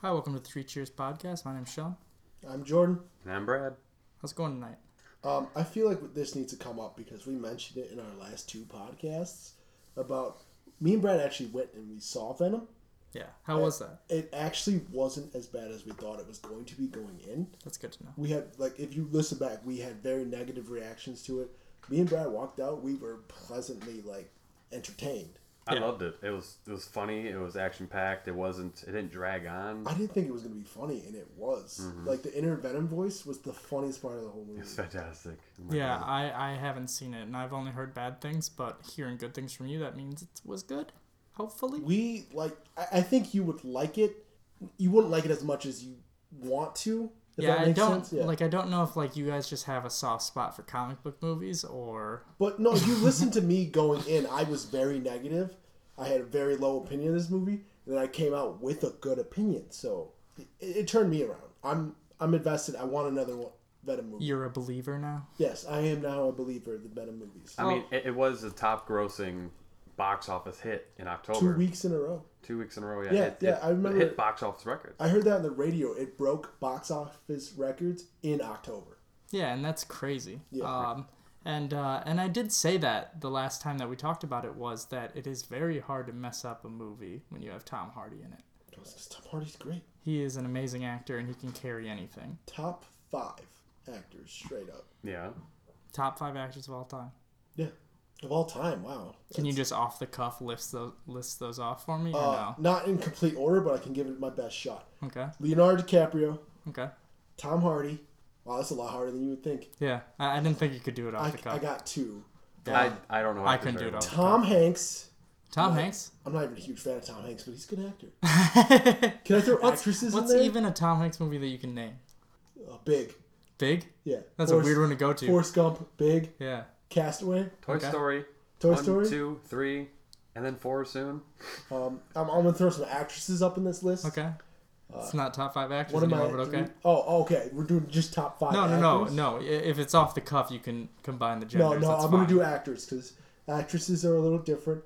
Hi, welcome to the Three Cheers podcast. My name's Sean. I'm Jordan. And I'm Brad. How's it going tonight? Um, I feel like this needs to come up because we mentioned it in our last two podcasts about me and Brad actually went and we saw Venom. Yeah, how was that? It actually wasn't as bad as we thought it was going to be going in. That's good to know. We had like if you listen back, we had very negative reactions to it. Me and Brad walked out. We were pleasantly like entertained. I Yeah. loved it. It was it was funny. It was action packed. It wasn't. It didn't drag on. Oh. I didn't think it was going to be funny, and it was. Like the inner Venom voice was the funniest part of the whole movie. It's fantastic. Oh my Yeah, God. I, I haven't seen it, and I've only heard bad things, but hearing good things from you, that means it was good, hopefully. we like I, I think you would like it you wouldn't like it as much as you want to if yeah, that I makes don't sense yeah. like. I don't know if like you guys just have a soft spot for comic book movies, or but no you listen to me going in i was very negative i had a very low opinion of this movie and then i came out with a good opinion so it, it turned me around i'm i'm invested i want another one venom movie you're a believer now. yes i am now a believer of the venom movies I mean, it, it was a top grossing box office hit in two October. weeks in a row Two weeks in a row. Yeah, Yeah, it, yeah, it- I remember- It hit box office records. i heard that on the radio it broke box office records in october Yeah, and that's crazy. Yeah. Um, and uh, and I did say that the last time that we talked about it was that it is very hard to mess up a movie when you have Tom Hardy in it. tom hardy's great He is an amazing actor, and he can carry anything. top five actors straight up Yeah. Top five actors of all time. Yeah, of all time. Wow. Can you just off the cuff list those list those off for me? Uh, Or Not in complete order, but I can give it my best shot. no. Okay. Leonardo DiCaprio, Okay. Tom Hardy. Wow, that's a lot harder than you would think. Yeah, I, I didn't think you could do it off I, the cuff. I got two. I, I don't know. I if couldn't it's do it right. all. Tom Hanks. Tom Hanks. I'm not even a huge fan of Tom Hanks, but he's a good actor. Can I throw actresses What's in there? even a Tom Hanks movie that you can name? Uh, big. Big. Yeah. That's Forrest- a weird one to go to. Forrest Gump, Big, Yeah. Castaway. Toy Okay. Story. Toy one, Story? two, three, and then four soon. Um, I'm, I'm gonna throw some actresses up in this list. Okay. it's not top five actors Uh, One of my. anymore, but okay. three- Oh, okay. We're doing just top five. No, no, no, actors? no. I- If it's off the cuff, you can combine the No, genders. no, that's I'm fine. gonna do uh, actors because actresses are a little different.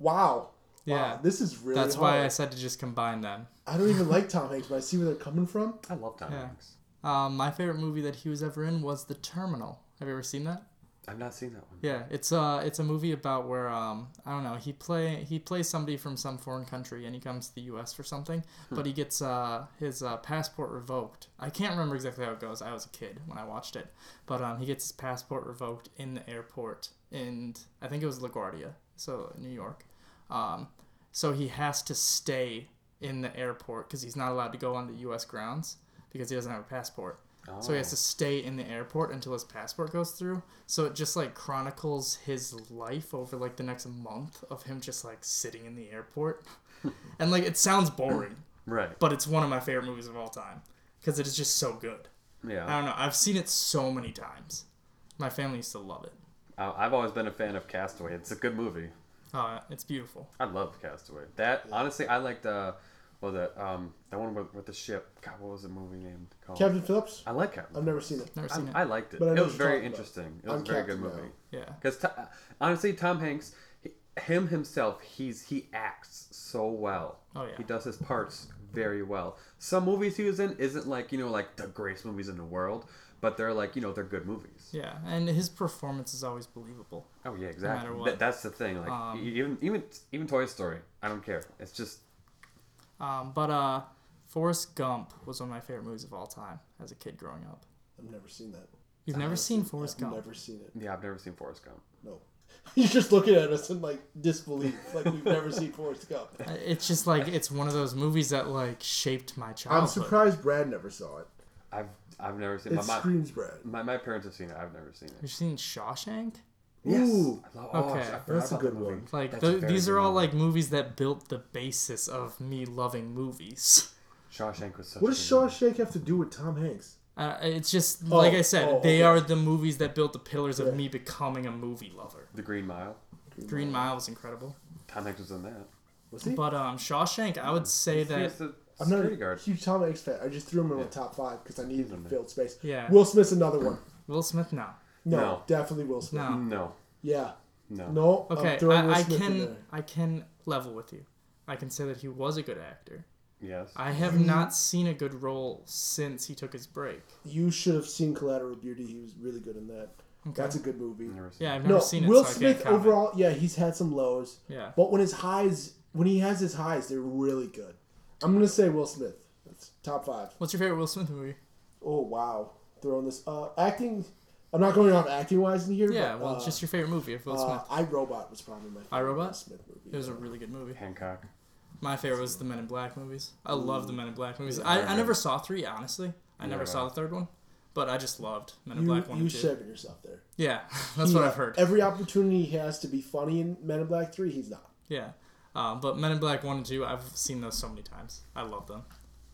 Wow. Yeah. Wow, this is really That's hard. why I said to just combine them. I don't even like Tom Hanks, but I see where they're coming from. I love Tom Yeah. Hanks. Um, my favorite movie that he was ever in was The Terminal. Have you ever seen that? I've not seen that one. Yeah, it's uh it's a movie about where um I don't know, he play he plays somebody from some foreign country and he comes to the US for something, but he gets uh his uh, passport revoked. I can't remember exactly how it goes. I was a kid when I watched it. But um he gets his passport revoked in the airport and I think it was LaGuardia, so New York. Um so he has to stay in the airport cuz he's not allowed to go on the US grounds because he doesn't have a passport. So he Oh. has to stay in the airport until his passport goes through. So it just like chronicles his life over like the next month of him just like sitting in the airport. and like it sounds boring, Right. but it's one of my favorite movies of all time because it is just so good. I Yeah. don't know. I've seen it so many times. My family used to love it. I, I've always been a fan of Castaway. It's a good movie. Uh, it's beautiful. I loved Castaway. That honestly, I liked. Uh, well, that um, that one with, with the ship. God, what was the movie named called? Captain Phillips. I like Captain. I've never seen it. Never I, seen it. I liked it. But I know It was what you're very talking about. interesting. It was I'm a very good Captain movie. now. yeah. Because honestly, Tom Hanks, he, him himself, he's he acts so well. Oh, yeah. He does his parts very well. Some movies he was in isn't like you know like the greatest movies in the world, but they're like you know they're good movies. Yeah. And his performance is always believable. Oh yeah, exactly. matter what. Th- that's the thing. Like Um, e- even even even Toy Story, I don't care. It's just Um, but uh, Forrest Gump was one of my favorite movies of all time as a kid growing up. I've never seen that. You've never seen Forrest I've Gump? Never seen it. yeah. I've never seen Forrest Gump. No. He's just looking at us in like disbelief, like we've never seen Forrest Gump. It's just like it's one of those movies that like shaped my childhood. I'm surprised Brad never saw it. I've I've never seen. It my, mom- screams Brad. My, my parents have seen it. I've never seen it. You've seen Shawshank? Ooh. I love, oh, Okay. I forgot That's a about that good movie. one. Like That's a th- very these good are all one. like movies that built the basis of me loving movies. Shawshank was such. What a does good movie. Shawshank have to do with Tom Hanks? Uh, it's just like I said, oh, they okay. are the movies that built the pillars of Yeah. me becoming a movie lover. The Green Mile. Green Mile was incredible, Tom Hanks was in that. Was he? but um, Shawshank, I Mm. would say He that was the I'm not security a guard. huge Tom Hanks fan. I just threw him in my top five because I needed in a there. filled space. Yeah. Will Smith's another one. Will Smith. No, No, No. definitely Will Smith. no. No, Yeah. no. No. I'm Okay, throwing Will I, I Smith in can there. I can level with you. I can say that he was a good actor. Yes. I have Mm-hmm. not seen a good role since he took his break. You should have seen Collateral Beauty. He was really good in that. That's a good movie. Never seen Yeah, it. I've never No, seen it. so Will I can't Smith comment. overall, yeah, he's had some lows. Yeah. But when his highs, when he has his highs, they're really good. I'm gonna say Will Smith. That's top five. What's your favorite Will Smith movie? Oh wow, throwing this uh, acting. I'm not going off acting wise in here. Yeah, but, well, uh, just your favorite movie of Will uh, Smith. I Robot was probably my favorite I, Robot? Will Smith movie. It was a really good movie. Hancock. My favorite was the Men in Black movies. I love the Men in Black movies. Yeah, I, they're I never good. saw three, honestly. I never Yeah. saw the third one, but I just loved Men in you Black one you and two. shaming yourself there. Yeah, that's He- what I've heard. Every opportunity he has to be funny in Men in Black Three, he's not. Yeah, um, but Men in Black one and two, I've seen those so many times. I love them.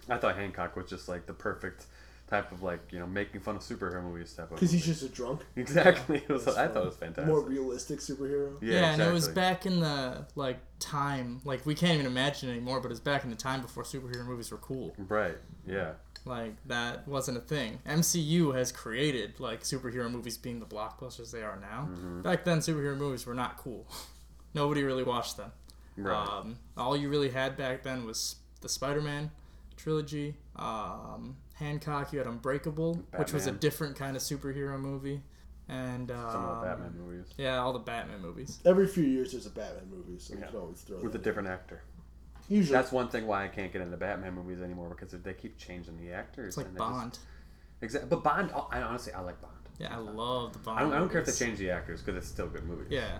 I thought Hancock was just like the perfect type of like you know making fun of superhero movies type of. Because he's movie. just a drunk. exactly. It was, That's I fun. thought it was fantastic. More realistic superhero. yeah, and exactly. it was back in the like time, like we can't even imagine anymore. But it's back in the time before superhero movies were cool. Right. Yeah. Like that wasn't a thing. MCU has created like superhero movies being the blockbusters they are now. Mm-hmm. Back then, superhero movies were not cool. Nobody really watched them. Right. Um, all you really had back then was the Spider-Man trilogy. Um, Hancock, you had Unbreakable, which was a Batman. different kind of superhero movie, and um, Some of the Batman movies Yeah, all the Batman movies. Every few years, there's a Batman movie, so you Yeah. can always throw with a that. different actor. in. Usually, That's one thing why I can't get into Batman movies anymore because if they keep changing the actors. It's like and they just- Bond. Exactly. But Bond, oh, I- I honestly, I like Bond. Yeah, I love the Bond. I don't, I don't care if they movies. change the actors because it's still good movies. Yeah,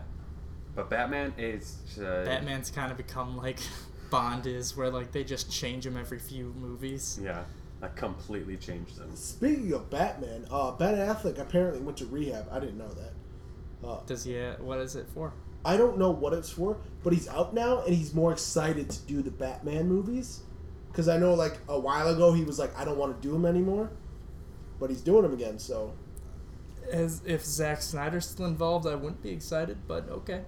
But Batman is. Uh, Batman's kind of become like Bond is, where like they just change him every few movies. Yeah. Like completely changed them. speaking of Batman, uh, Ben Affleck apparently went to rehab. I didn't know that. Does he? uh, What is it for? I don't know what it's for, but he's out now and he's more excited to do the Batman movies. Because I know, like, a while ago he was like, I don't want to do them anymore. But he's doing them again, so. As if Zack Snyder's still involved, I wouldn't be excited, but okay.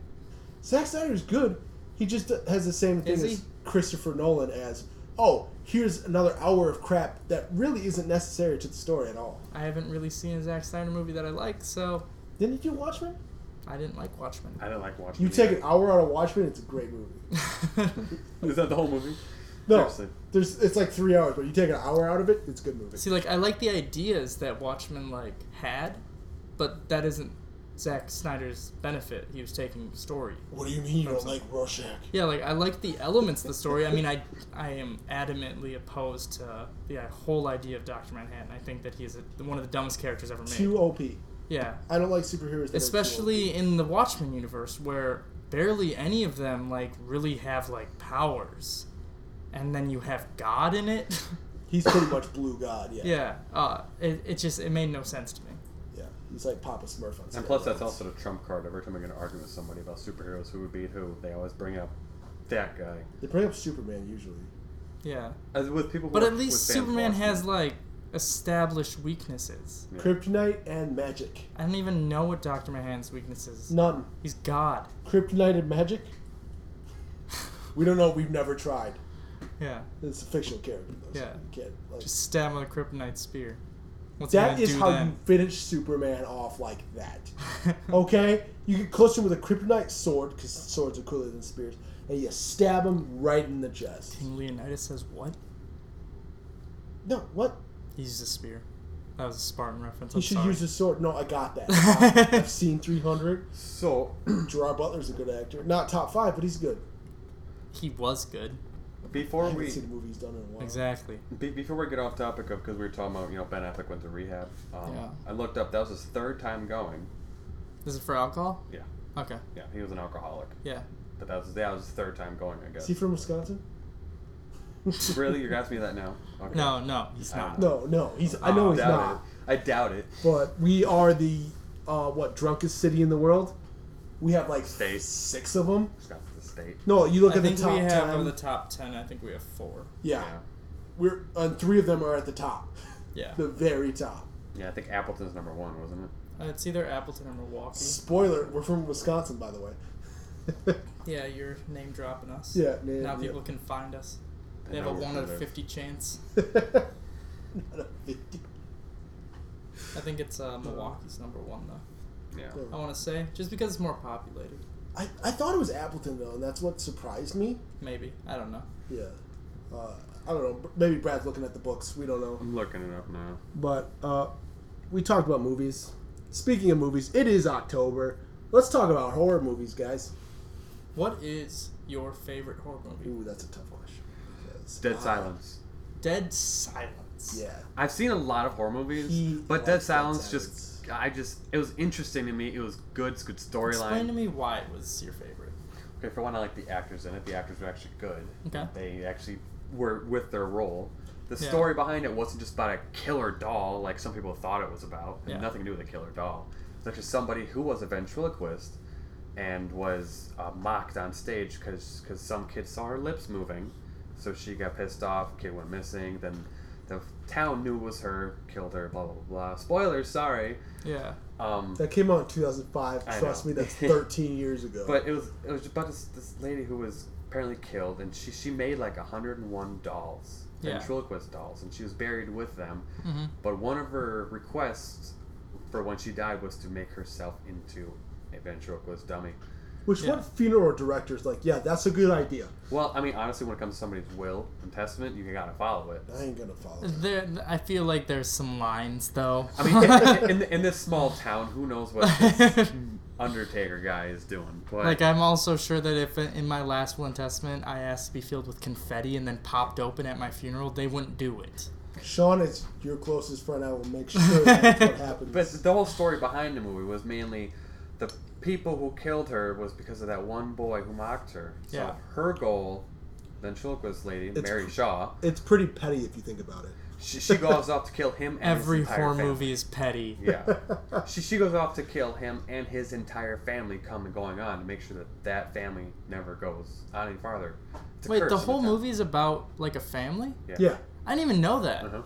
Zack Snyder's good. He just has the same thing Is he? as Christopher Nolan as, oh, here's another hour of crap that really isn't necessary to the story at all. I haven't really seen a Zack Snyder movie that I like, so Didn't you Watchmen? I didn't like Watchmen. I didn't like watching You take an hour out of Watchmen, it's a great movie. Is that the whole movie? No, Seriously. there's it's like three hours, but you take an hour out of it, it's a good movie. See, like I like the ideas that Watchmen like had, but that isn't Zack Snyder's benefit. He was taking story. What do you mean you don't like Rorschach? Yeah, like I like the elements of the story. I mean, I I am adamantly opposed to the whole idea of Doctor Manhattan. I think that he is a, one of the dumbest characters ever made. Too OP. Yeah, I don't like superheroes. that are too OP. especially in the Watchmen universe where barely any of them like really have like powers, and then you have God in it. he's pretty much blue god. Yeah, yeah. yeah, uh, it it just it made no sense to me. He's like Papa Smurf on. And plus, that's steroids. also the trump card. Every time I get an argument with somebody about superheroes, who would beat who, they always bring up that guy. they bring up Superman usually. Yeah. As with people, who But are- at least with fans Superman watching has it. like established weaknesses. Yeah. Kryptonite and magic. I don't even know what Doctor Manhattan's weakness is. None. He's God. Kryptonite and magic. We don't know. We've never tried. Yeah. It's a fictional character. Though, so Yeah. you can't, like- Just stab him with a kryptonite spear. What's that he is gonna how do you then? finish Superman off like that. Okay, you get close to him with a kryptonite sword because swords are cooler than spears, and you stab him right in the chest. And Leonidas says what? No, what? He used a spear. That was a Spartan reference. He I'm should sorry. use a sword. No, I got that. I've seen 300. So, Gerard Butler's a good actor. Not top five, but he's good. He was good. before I haven't we seen the movie he's done in a while. Exactly. be, before we get off topic of because we were talking about you know Ben Affleck went to rehab. Um, Yeah. I looked up. That was his third time going. Is it for alcohol? Yeah, Okay. yeah. He was an alcoholic, Yeah. but that was that was his third time going. I Is guess. he from Wisconsin? really, you're asking me that now? Okay. No, no, he's I not. don't No, no. He's. Ah, I know I he's doubt not. It. I doubt it. But we are the, uh, what drunkest city in the world. We have like State. six of them. It's got the state. No, you look I at the think top we have ten. of the top ten. I think we have four. yeah, Yeah. we're and three of them are at the top, Yeah. the very top. Yeah, I think Appleton's number one, wasn't it? Uh, it's either Appleton or Milwaukee. Spoiler: We're from Wisconsin, by the way. Yeah, you're name dropping us. yeah, man. Now yeah. people can find us. They have know a we're one out of from there. fifty chance. Not a 50. I think it's uh, Milwaukee's number one though. Yeah. I want to say just because it's more populated. I, I thought it was Appleton though, and that's what surprised me. Maybe I don't know. Yeah. Uh, I don't know. Maybe Brad's looking at the books. We don't know. I'm looking it up now. But uh, we talked about movies. Speaking of movies, it is October. Let's talk about horror movies, guys. What is your favorite horror movie? Ooh, that's a tough question. because, Dead uh, Silence. Dead Silence. Yeah. I've seen a lot of horror movies, He but likes Dead Dead Silence Silence. just I just it was interesting to me. It was good, it's good Explain to storyline. me why it was your favorite. Okay, for one, I like the actors in it. The actors were actually good. Okay. They actually were with their role. The Yeah. story behind it wasn't just about a killer doll like some people thought it was about. It had Yeah. nothing to do with a killer doll. It's actually somebody who was a ventriloquist and was uh, mocked on stage because some kid saw her lips moving. So she got pissed off, kid went missing, then the town knew it was her, killed her, blah, blah, blah, blah. Spoilers, sorry. Yeah. Um, That came out in 2005. I Trust know. me, that's 13 years ago. But it was it was about this, this lady who was apparently killed, and she she made like hundred and one dolls, Yeah. ventriloquist dolls, and she was buried with them. Mm-hmm. But one of her requests for when she died was to make herself into a ventriloquist dummy. Which Yeah. what funeral director's like, yeah, that's a good idea. Well, I mean, honestly, when it comes to somebody's will and testament, you gotta follow it. I ain't gonna follow. that. There, I feel like there's some lines though. I mean, in, in, in this small town, who knows what this Undertaker guy is doing? But like I'm also sure that if in my last will and testament I asked to be filled with confetti and then popped open at my funeral, they wouldn't do it. Sean is your closest friend. I will make sure that's what happens. But the whole story behind the movie was mainly the people who killed her was because of that one boy who mocked her. So Yeah. her goal, ventriloquist lady, It's Mary cr- Shaw, it's pretty petty if you think about it. she, she goes off to kill him and Every his entire horror family. movie is petty. Yeah. She, she goes off to kill him and his entire family coming going on to make sure that that family never goes on any farther. It's a Wait, curse the in whole town. movie is about like a family? Yeah. Yeah, I didn't even know that. Uh-huh.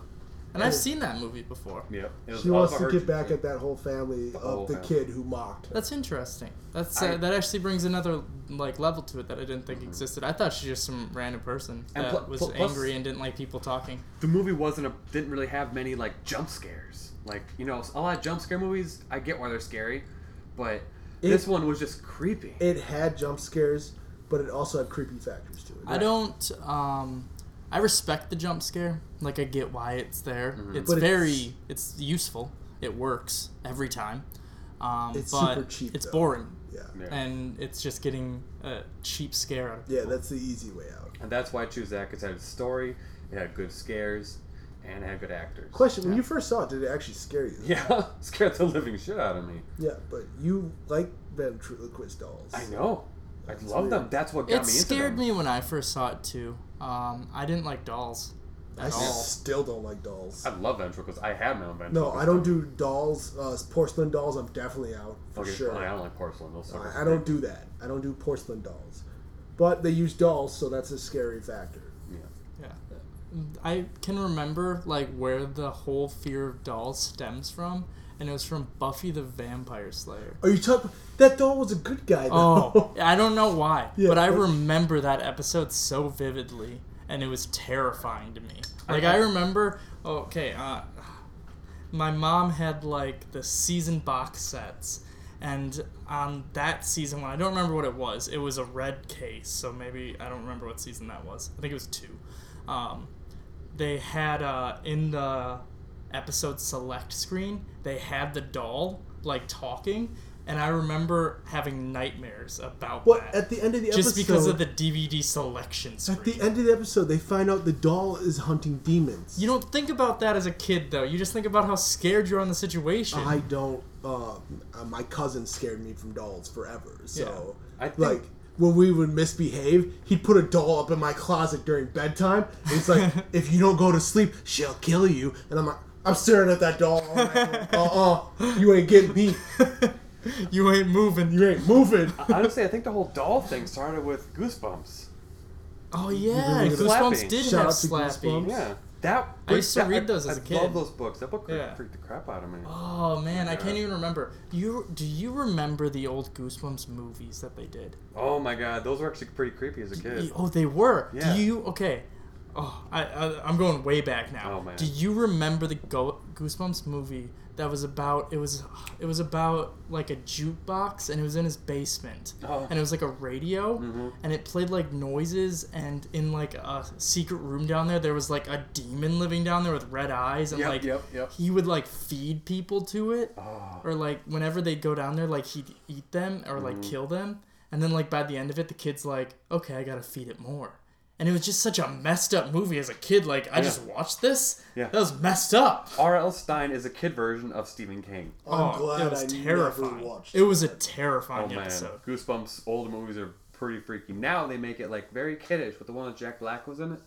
And I've seen that movie before. Yep. It was she all wants about to her get back to- at that whole family whole of the family. kid who mocked. her. That's interesting. That's uh, I- that actually brings another like level to it that I didn't think existed. I thought she was just some random person And that pl- was pl- plus- angry and didn't like people talking. the movie wasn't a didn't really have many like jump scares. Like you know, a lot of jump scare movies. I get why they're scary, but this one was just creepy. It had jump scares, but it also had creepy factors to it. I don't. Um, I respect the jump scare. Like I get why it's there. It's But it's- very. It's, useful. It works every time. Um, It's but super cheap, It's though. boring, yeah, Yeah. and it's just getting a cheap scare out of yeah, people. that's the easy way out. and that's why I choose that because it had a story, it had good scares, and it had good actors. Question: When you first saw it, did it actually scare you? Yeah, scared the living shit out of me. Yeah, but you like ventriloquist dolls. I know. I That's love weird. them. That's what It got me into scared them. me when I first saw it too. Um, I didn't like dolls I at all. still don't like dolls. I love ventricles. I have my No, own ventricles. I don't do dolls. Uh, porcelain dolls, I'm definitely out for Okay, sure. fine, I don't like porcelain. Those suckers. I I don't do that. I don't do porcelain dolls. But they use dolls, so that's a scary factor. Yeah. Yeah. I can remember like where the whole fear of dolls stems from, and it was from Buffy the Vampire Slayer. Are you talking? That doll was a good guy. Though. Oh, I don't know why, Yeah, but I that's- remember that episode so vividly, and it was terrifying to me. Like I- I remember, okay, uh, my mom had like the season box sets, and on that season one, I don't remember what it was. It was a red case, so maybe I don't remember what season that was. I think it was two. Um, they had uh, in the episode select screen, they had the doll like talking, and I remember having nightmares about But that. at the end of the just episode, because of the DVD selection screen. at the end of the episode, they find out the doll is hunting demons. you don't think about that as a kid, though. You just think about how scared you are in the situation. I don't. Uh, uh, my cousin scared me from dolls forever. So, I think- like when we would misbehave, he'd put a doll up in my closet during bedtime. And it's like, if you don't go to sleep, she'll kill you. And I'm like, I'm staring at that doll. Uh uh, you ain't getting me. you ain't moving. You ain't moving. Honestly, I think the whole doll thing started with Goosebumps. oh yeah, You're gonna- Goosebumps did Shout have out to Slappy. Goosebumps. Yeah. That I used to that- read those I, as a I kid. love those books. That book Yeah. freaked the crap out of me. Oh man, I can't Yeah. even remember. You do you remember the old Goosebumps movies that they did? Oh my god, those were actually pretty creepy as a kid. Oh, they were. Yeah. Do you okay? Oh, I, I I'm going way back now. Oh, man. Do you remember the Go- Goosebumps movie that was about it was it was about like a jukebox and it was in his basement Oh. Mm-hmm. and it was like a radio and it played like noises and in like a secret room down there there was like a demon living down there with red eyes and Yep, like yep, yep. he would like feed people to it Oh. or like whenever they go down there like he'd eat them or like Mm-hmm. kill them and then like by the end of it the kid's like okay i gotta feed it more and it was just such a messed up movie as a kid like i just watched this Yeah. that was messed up R.L. Stein is a kid version of Stephen King. I'm glad it Oh, was I terrifying. never watched it was a Oh terrifying man, episode. Goosebumps older movies are pretty freaky. Now they make it like very kiddish with the one that Jack Black was in it.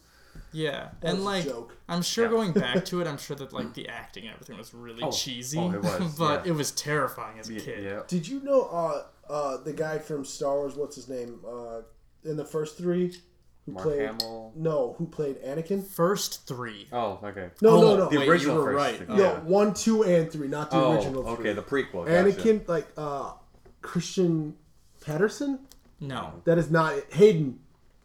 Yeah, was and a like joke. I'm sure Yeah. going back to it, I'm sure that like the acting and everything was really cheesy. oh, it was, but yeah. it was terrifying as a Y- kid. Yeah. Did you know uh, uh, the guy from Star Wars? What's his name? Uh, in the first three, who Mark played Hamill. no, who played Anakin? First three. Oh, okay. No, Oh, no, no. The Wait, original you were first. right. Oh, Yeah. no, one, two, and three, not the oh, original. okay, three. the prequel. Gotcha. Anakin, like uh, Christian Patterson. No, That is not it. Hayden.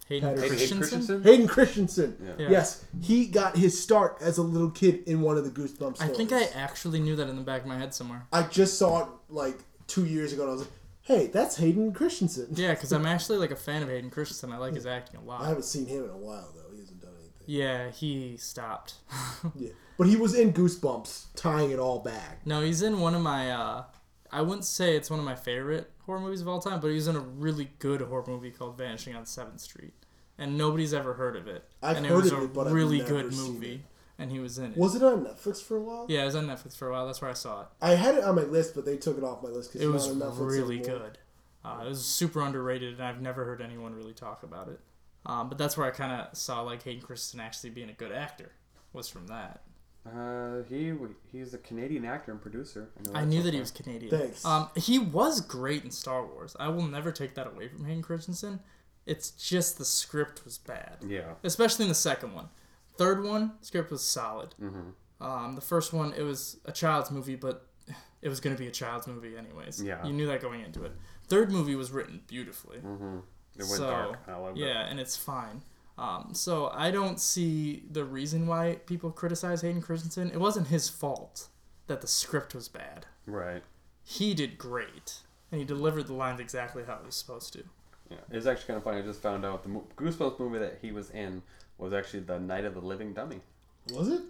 Hayden Hayden Christensen. Christensen? Hayden Christensen. Yeah. Yes, he got his start as a little kid in one of the Goosebumps. Stories. I think I actually knew that in the back of my head somewhere. I just saw it like two years ago, and I was like, "Hey, that's Hayden Christensen." Yeah, because I'm actually like a fan of Hayden Christensen. I like his acting a I lot. haven't seen him in a while though. He hasn't done anything. Yeah, he stopped. Yeah, but he was in Goosebumps, tying it all back. no, he's in one of my. uh I wouldn't say it's one of my favorite horror movies of all time, but he's in a really good horror movie called Vanishing on Seventh Street, and nobody's ever heard of it. I've and heard it was of a it, but I've really never good seen movie, it. and he was in it. Was it on Netflix for a while? Yeah, it was on Netflix for a while. That's where I saw it. I had it on my list, but they took it off my list because It was on Netflix really anymore. good. Uh, it was super underrated, and I've never heard anyone really talk about it. Um, but that's where I kind of saw like Hayden Christensen actually being a good actor. Was from that. Uh, he he's a Canadian actor and producer. I knew that he was Canadian. Thanks. Um, he was great in Star Wars. I will never take that away from Hayden Christensen. It's just the script was bad, Yeah. especially in the second one. Third one, script was solid. Mm-hmm. Um, the first one, it was a child's movie, but it was going to be a child's movie anyways. Yeah. you knew that going into it. Third movie was written beautifully. Mm-hmm. It went so dark. I love it. yeah, and it's fine. Um, so I don't see the reason why people criticize Hayden Christensen. It wasn't his fault that the script was bad Right. he did great and he delivered the lines exactly how he was supposed to Yeah. It's actually kind of funny. I just found out the mo- Goosebumps movie that he was in was actually the Night of the Living Dummy. Was it?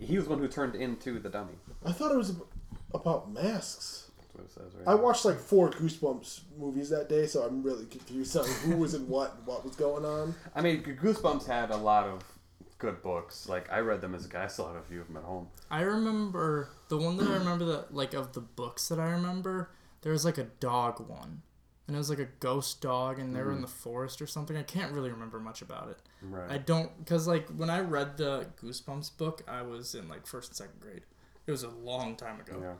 He was the one who turned into the dummy. I thought it was ab- about masks. That's what it says. I Right. watched like four Goosebumps movies that day, so I'm really confused on who was in what and what was going on. I mean, G- Goosebumps had a lot of good books. Like I read them as a guy. I still have a few of them at home. i remember the one that i remember that like of the books that i remember there was like a dog one and it was like a ghost dog and they were in the forest or something i can't really remember much about it Mm. Right. i don't because like when i read the goosebumps book i was in like first and second grade it was a long time ago Yeah,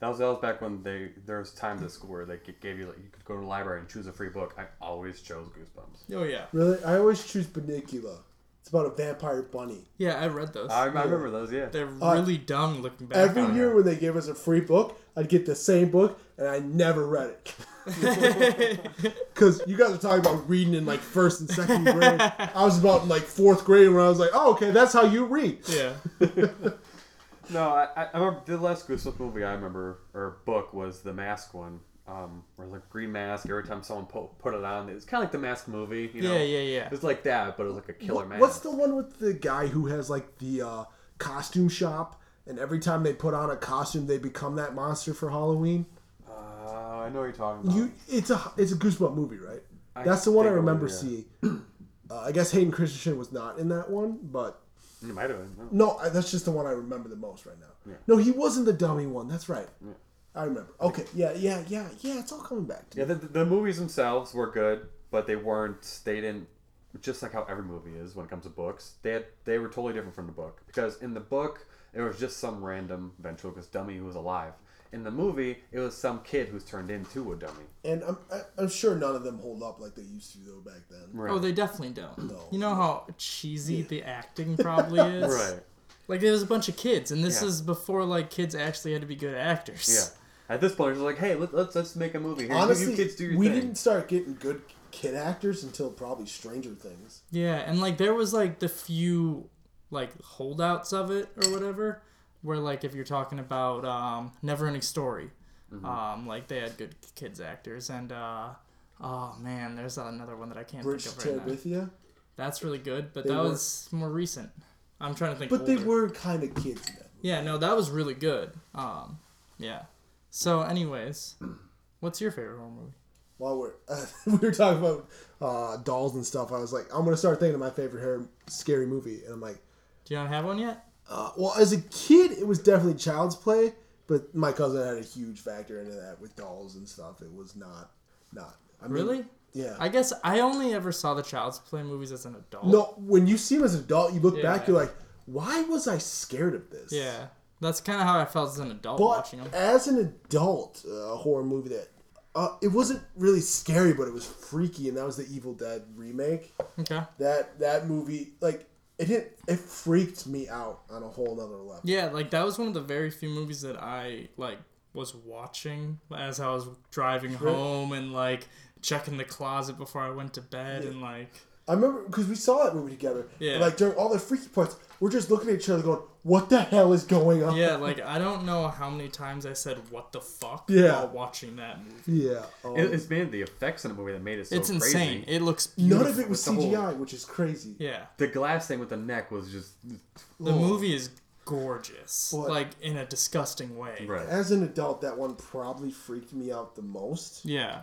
that was that was back when they there was times at school where they g- gave you like you could go to the library and choose a free book. I always chose Goosebumps. oh yeah Really, I always choose Benicula. It's about a vampire bunny. yeah i read those I, I remember those. Yeah, they're really dumb looking back Uh, Every on it. year when they gave us a free book, I'd get the same book, and I never read it. Because you guys were talking about reading in like first and second grade. I was about in like fourth grade when I was like, oh, okay, that's how you read. yeah no, I, I- I remember the last Goosebumps movie I remember or book was the Mask one. Um, where it's like green mask. Every time someone put put it on, it's kind of like the Mask movie. You know? Yeah, yeah, yeah. It was like that, but it was like a killer mask. What's the one with the guy who has like the uh, costume shop, and every time they put on a costume, they become that monster for Halloween? Uh, I know what you're talking about. You, it's a it's a Goosebump movie, right? I That's the one I think it was, remember yeah. seeing. Uh, I guess Hayden Christensen was not in that one, but It might have been. no. No, I- that's just the one I remember the most right now. No, he wasn't the dummy one. That's right. I remember. Okay. Yeah, yeah, yeah, yeah. It's all coming back. To Yeah, the, the movies themselves were good, but they weren't. They didn't. Just like how every movie is when it comes to books, they had, they were totally different from the book because in the book it was just some random ventriloquist dummy who was alive. In the movie, it was some kid who's turned into a dummy. me. And I'm, I, I'm sure none of them hold up like they used to though back then. Right. Oh, they definitely don't. No. You know how cheesy the acting probably is? Right. Like, there was a bunch of kids, and this Yeah. is before, like, kids actually had to be good actors. Yeah. At this point, it's like, hey, let, let's let's make a movie. Here, you- you Honestly, kids do your we thing. didn't start getting good kid actors until probably Stranger Things. Yeah, and like there was like the few like holdouts of it or whatever, where like if you're talking about um, Never Ending Story, um, like they had good kids actors and uh, oh man, there's another one that I can't Bridge to think of right now. Terabithia, That's really good, but They that were- was more recent. I'm trying to think. but they older. were kind of kids then. Yeah, no, that was really good. Um, yeah. So, anyways, what's your favorite horror movie? While we're we were talking about uh, dolls and stuff, I was like, I'm gonna start thinking of my favorite hair, scary movie, and I'm like, Do you not have one yet? uh, well, as a kid, it was definitely Child's Play, but my cousin had a huge factor into that with dolls and stuff. It was not, not I mean, Really? Yeah. I guess I only ever saw the Child's Play movies as an adult. no, when you see him as an adult, you look back, Yeah. you're like, why was I scared of this? Yeah, that's kind of how I felt as an adult But watching them. as an adult, uh, horror movie that uh, it wasn't really scary, but it was freaky, and that was the Evil Dead remake. Okay. That that movie, like it hit, it freaked me out on a whole nother level. Yeah, like that was one of the very few movies that I like was watching as I was driving home and like checking the closet before I went to bed and like I remember because we saw that movie together. Yeah. and, like during all the freaky parts, we're just looking at each other, going, "What the hell is going on?" yeah, like I don't know how many times I said what the fuck Yeah. while watching that movie. yeah. um, It, it's mainly the effects in the movie that made it so It's crazy. insane. It looks beautiful. none of it was with the whole- CGI, which is crazy. Yeah. The glass thing with the neck was just The movie is gorgeous. What? Like in a disgusting way. right. As an adult, that one probably freaked me out the most. Yeah.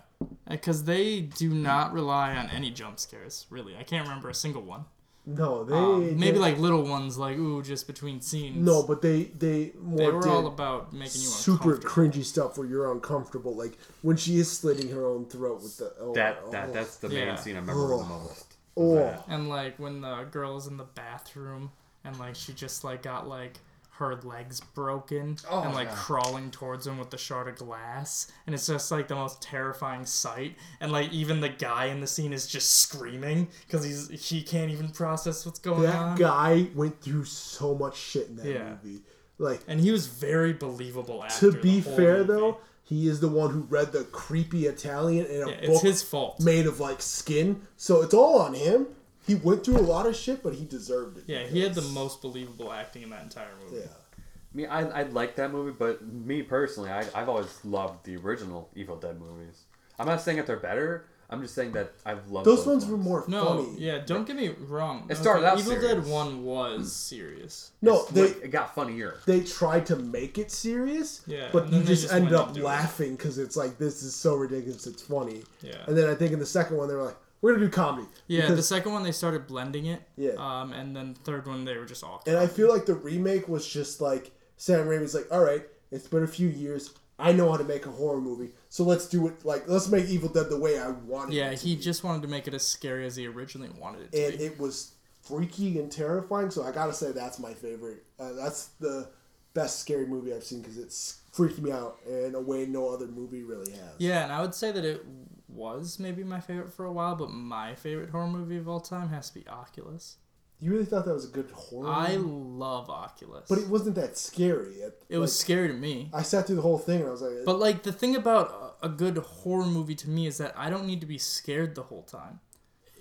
Cuz they do not rely on any jump scares, really. I can't remember a single one. No, they Um, maybe they- like little ones like ooh just between scenes. no, but they they more they were did. all about making you super uncomfortable. cringy stuff where you're uncomfortable, like when she is slitting her own throat with the oh, That oh, that that's the Yeah. main scene I remember the Ugh. most. Oh. That. and like when the girl's in the bathroom and like she just like got like her legs broken Oh, and like yeah. crawling towards him with the shard of glass and it's just like the most terrifying sight and like even the guy in the scene is just screaming because he's he can't even process what's going on that guy went through so much shit in that Yeah. movie. Like and he was very believable after to be the whole fair movie. though, he is the one who read the creepy Italian in a yeah, book it's his fault made of like skin, so it's all on him. He went through a lot of shit, but he deserved it. yeah he had the most believable acting in that entire movie Yeah. I mean, I I like that movie, but me personally, I I've always loved the original Evil Dead movies. I'm not saying that they're better. I'm just saying that I've loved Those ones were more No, funny. yeah, don't get me wrong. It No, started the out Evil Dead serious. One was serious. No, It's they like- it got funnier. they tried to make it serious, Yeah, but and then you they just, just end went up into it. laughing because it's like this is so ridiculous, it's funny. Yeah. And then I think in the second one they were like, we're gonna do comedy. Yeah, the Because- second one they started blending it. Yeah. Um, and then the third one they were just all. and I feel like the remake was just like Sam Raimi's like, all right, it's been a few years. I know how to make a horror movie, so let's do it. Like, let's make Evil Dead the way I wanted. yeah, it to he be. just wanted to make it as scary as he originally wanted it to and be. it was freaky and terrifying. So I gotta say that's my favorite. Uh, that's the best scary movie I've seen because it's freaked me out in a way no other movie really has. yeah, and I would say that it was maybe my favorite for a while, but my favorite horror movie of all time has to be Oculus. You really thought that was a good horror? I movie? love Oculus. Um, But it wasn't that scary. It, it was scary to me. I sat through the whole thing and I was like, But like the thing about a a good horror movie to me is that I don't need to be scared the whole time.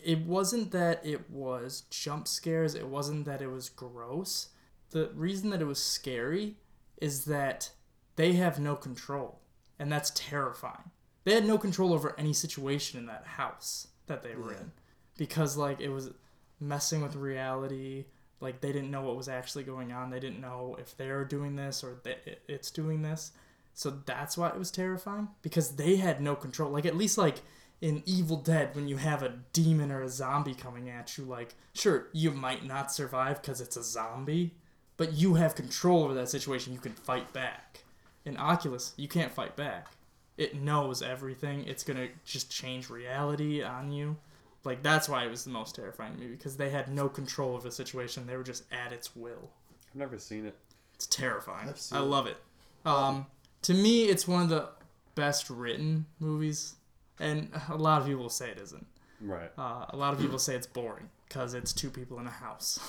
It wasn't that it was jump scares, it wasn't that it was gross. The reason that it was scary is that they have no control, and that's terrifying. They had no control over any situation in that house that they were in because like it was messing with reality like they didn't know what was actually going on they didn't know if they're doing this or th- it- it's doing this so that's why it was terrifying because they had no control like at least like in evil dead when you have a demon or a zombie coming at you like sure you might not survive because it's a zombie but you have control over that situation you can fight back in oculus you can't fight back it knows everything it's gonna just change reality on you like that's why it was the most terrifying to me because they had no control of the situation. They were just at its will. I've never seen it. It's terrifying. I've seen I it. love it. Um, to me, it's one of the best written movies, and a lot of people say it isn't. Right. Uh, a lot of people say it's boring because it's two people in a house.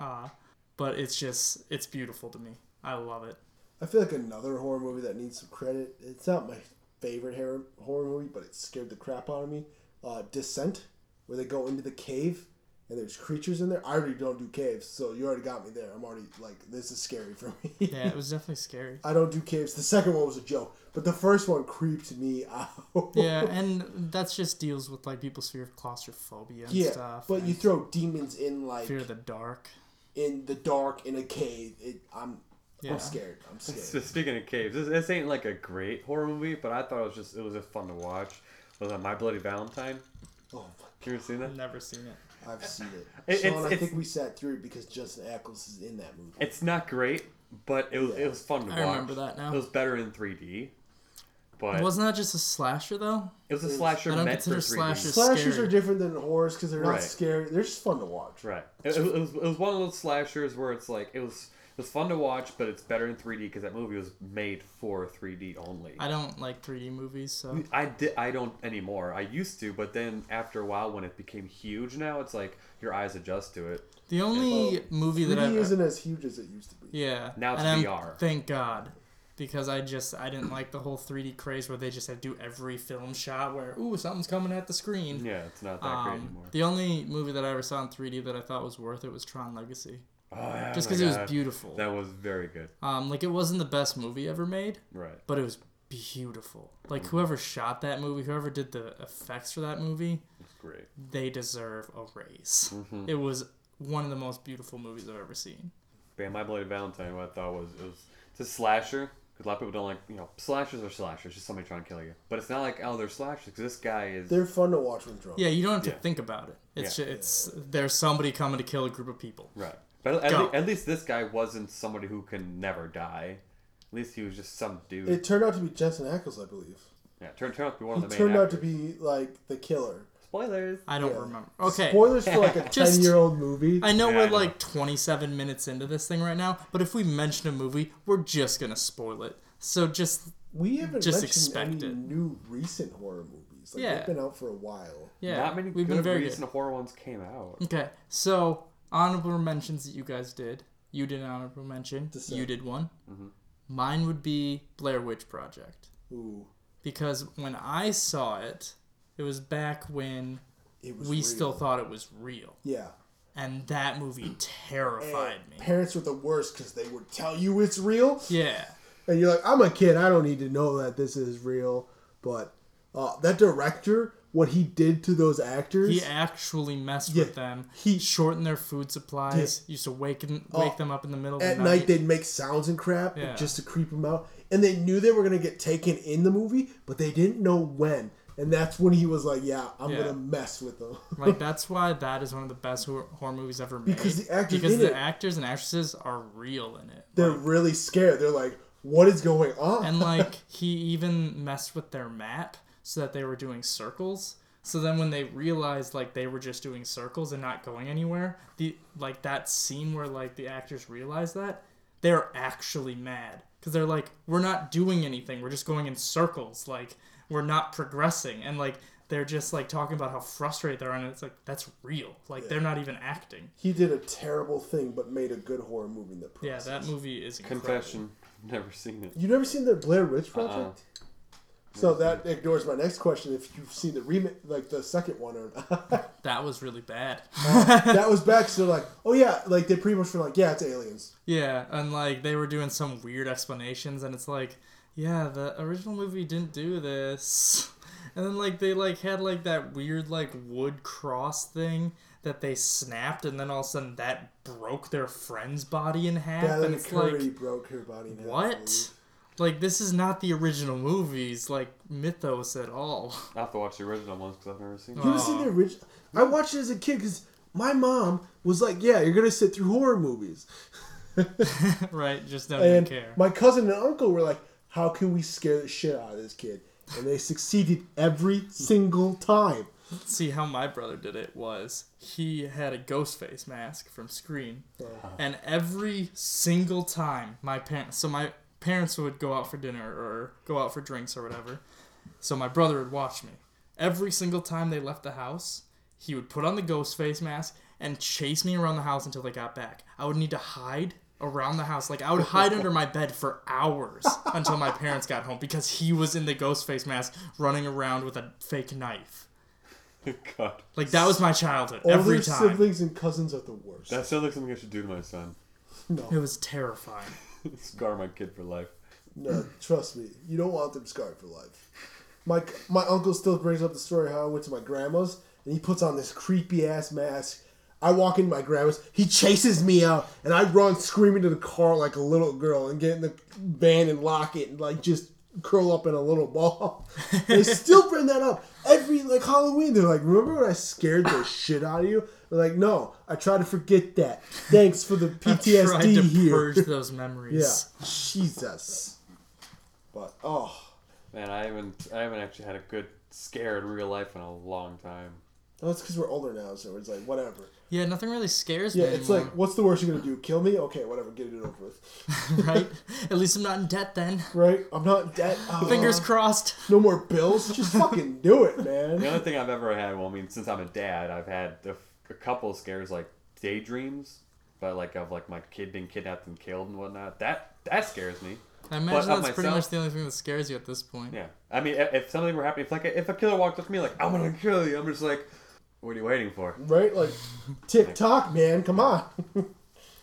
Uh, but it's just it's beautiful to me. I love it. I feel like another horror movie that needs some credit. It's not my favorite horror horror movie, but it scared the crap out of me. uh, Descent, where they go into the cave and there's creatures in there. I already don't do caves, so you already got me there. I'm already like, this is scary for me. Yeah, it was definitely scary. I don't do caves. The second one was a joke, but the first one creeped me out. Yeah, and that's just deals with like people's fear of claustrophobia and Yeah, stuff. but and you throw demons in like fear of the dark. in the dark in a cave. It, I'm Yeah. I'm scared. I'm So scared. speaking of caves, this, this ain't like a great horror movie, but I thought it was just it was just fun to watch. Was that My Bloody Valentine? oh, You ever seen that? I've never seen it. I've seen it. It- Sean, it's- I it's- think we sat through it because Justin Ackles is in that movie. It's not great, but it was it was fun to I watch. remember that now. It was better in 3D, but Wasn't that just a slasher though? it was a slasher I don't meant for consider 3D. slashers- Slashers scary. are different than horrors because they're not Right. scary. They're just fun to watch. Right. It, it was, it was one of those slashers where it's like it was it was fun to watch, but it's better in 3D because that movie was made for 3D only. I don't like 3D movies, so I di- I don't anymore. I used to, but then after a while, when it became huge, now it's like your eyes adjust to it. the only movie that It I've isn't as huge as it used to be. yeah Now it's and I'm- VR. Thank God, because I just I didn't like the whole 3D craze where they just had to do every film shot where ooh something's coming at the screen. Yeah, it's not that great Um, anymore. the only movie that I ever saw in 3D that I thought was worth it was Tron Legacy, Oh, yeah, just my because it God. was beautiful. That was very good. Um, like it wasn't the best movie ever made, Right. but it was beautiful. Like Mm-hmm. whoever shot that movie, whoever did the effects for that movie, It's great. they deserve a raise. Mm-hmm. It was one of the most beautiful movies I've ever seen. Bam, My Bloody Valentine, what I thought was, it was it's a slasher. 'cause a lot of people don't like, you know, slashers are slashers, just somebody trying to kill you. But it's not like, oh, they're slashers, because this guy is. They're fun to watch when drunk. Yeah, you don't have to Yeah. think about it. It's Yeah. ju- it's there's somebody coming to kill a group of people. right. But at, Go. le- at least this guy wasn't somebody who can never die. At least he was just some dude. It turned out to be Justin Ackles, I believe. yeah, turned, turned out to be one He of the main turned out to actors. be like the killer. Spoilers! I don't Yeah. remember. Okay. Spoilers for like a Just- ten-year-old movie. I know Yeah, I we're know. like 27 minutes into this thing right now, but if we mention a movie, we're just going to spoil it. So just we haven't just mentioned expect any it. new recent horror movies. Like, Yeah. they've been out for a while. yeah. Not many we've good been very recent horror ones came out. good. Okay. So, honorable mentions that you guys did. You did an honorable mention. Descent. You did one. Mm-hmm. Mine would be Blair Witch Project Ooh, because when I saw it, it was back when it was. we real. still thought it was real. Yeah. And that movie terrified me. Parents were the worst because they would tell you it's real, Yeah. and you're like, "I'm a kid. I don't need to know that this is real." But uh, that director, what he did to those actors, He actually messed Yeah, with them. he- Oh, He shortened their food supplies. Used to wake them, wake them up in the middle of at the night, night. they'd make sounds and crap Yeah. just to creep him out and they knew they were going to get taken in the movie but they didn't know when and that's when he was like yeah i'm Yeah. going to mess with them like that's why that is one of the best hor- horror movies ever made. Because the actors because in the it- actors and actresses are real in it. they're really scared they're like what is going on and like he even messed with their map so that they were doing circles. So then when they realized like they were just doing circles and not going anywhere, the like that scene where like the actors realize that they're actually mad because they're like we're not doing anything. We're just going in circles. Like we're not progressing and like they're just like talking about how frustrated they're on and it's like that's real. Like they're not even acting. he did a terrible thing but made a good horror movie in the Yeah, process that movie is incredible. Confession. Never seen it. you never seen the blair witch project so that ignores my next question if you've seen the remake like the second one or not That was really bad. that was back so they're like oh yeah like they pretty much were like yeah it's aliens Yeah, and like they were doing some weird explanations, and it's like, yeah, the original movie didn't do this, and then like they like had like that weird like wood cross thing that they snapped, and then all of a sudden that broke their friend's body in half, yeah and then it's curry like, broke her body in half, I believe. what? Like this is not the original movies, like mythos at all. I have to watch the original ones because I've never seen You it. ever seen the original? I watched it as a kid because my mom was like, "Yeah, you're gonna sit through horror movies," right? Just don't even and care. my cousin and uncle were like, "How can we scare the shit out of this kid?" And they succeeded every single time. See how my brother did it was he had a ghost face mask from Scream, and every single time my parents, so my parents would go out for dinner or go out for drinks or whatever, so my brother would watch me. Every single time they left the house, he would put on the ghost face mask and chase me around the house until they got back. I would need to hide around the house, like I would hide under my bed for hours until my parents got home because he was in the ghost face mask running around with a fake knife. God, Like that was my childhood. Older Every time siblings and cousins are the worst. that sounds like something I should do to my son. it no, was terrifying. Scar my kid for life. no, trust me, you don't want them scarred for life. My my uncle still brings up the story how I went to my grandma's and he puts on this creepy ass mask. I walk into my grandma's, he chases me out, and I run screaming to the car like a little girl and get in the van and lock it and like just curl up in a little ball. they still bring that up every like Halloween. They're like, "Remember when I scared the shit out of you?" They're like, "No, I try to forget that. Thanks for the PTSD Tried to here." purge those memories. Yeah. Jesus. But oh, Man, I haven't I haven't actually had a good scare in real life in a long time. well, it's because we're older now, so it's like whatever. Yeah, nothing really scares Yeah, me it's anymore, like, what's the worst you're gonna do? Kill me? Okay, whatever. Get it over with. right? At least I'm not in debt then. Right? I'm not in debt. Oh, Fingers crossed. No more bills. Just fucking do it, The man. only thing I've ever had, well, I mean, since I'm a dad, I've had a, a couple scares like daydreams, but like of like my kid being kidnapped and killed and whatnot. That that scares me. I imagine not that's pretty myself. much the only thing that scares you at this point. Yeah, I mean, if, if something were happening, if like if a killer walked up to me like I'm gonna kill you, I'm just like, what are you waiting for? Right? Like, TikTok, man. Come on.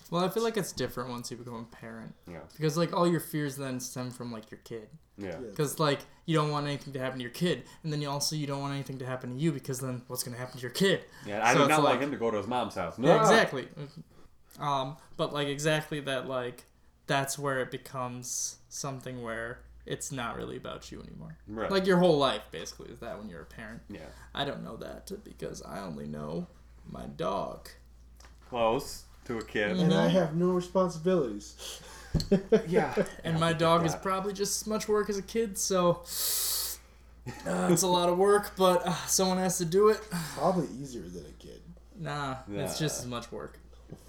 Well, I feel like it's different once you become a parent Yeah, because like all your fears then stem from like your kid. yeah. Yeah. Because like you don't want anything to happen to your kid, and then you also you don't want anything to happen to you because then what's gonna happen to your kid? Yeah, I So do it's not want like- him to go to his mom's house. No, Yeah, exactly. Um, but like exactly that like that's where it becomes something where it's not really about you anymore. Right. Like your whole life basically is that when you're a parent. Yeah, I don't know that because I only know my dog. close to a kid. Mm-hmm. And I have no responsibilities. yeah, And my dog is Yeah. probably just as much work as a kid, so uh, it's a lot of work, but uh, someone has to do it. Probably easier than a kid. Nah, it's just as much work.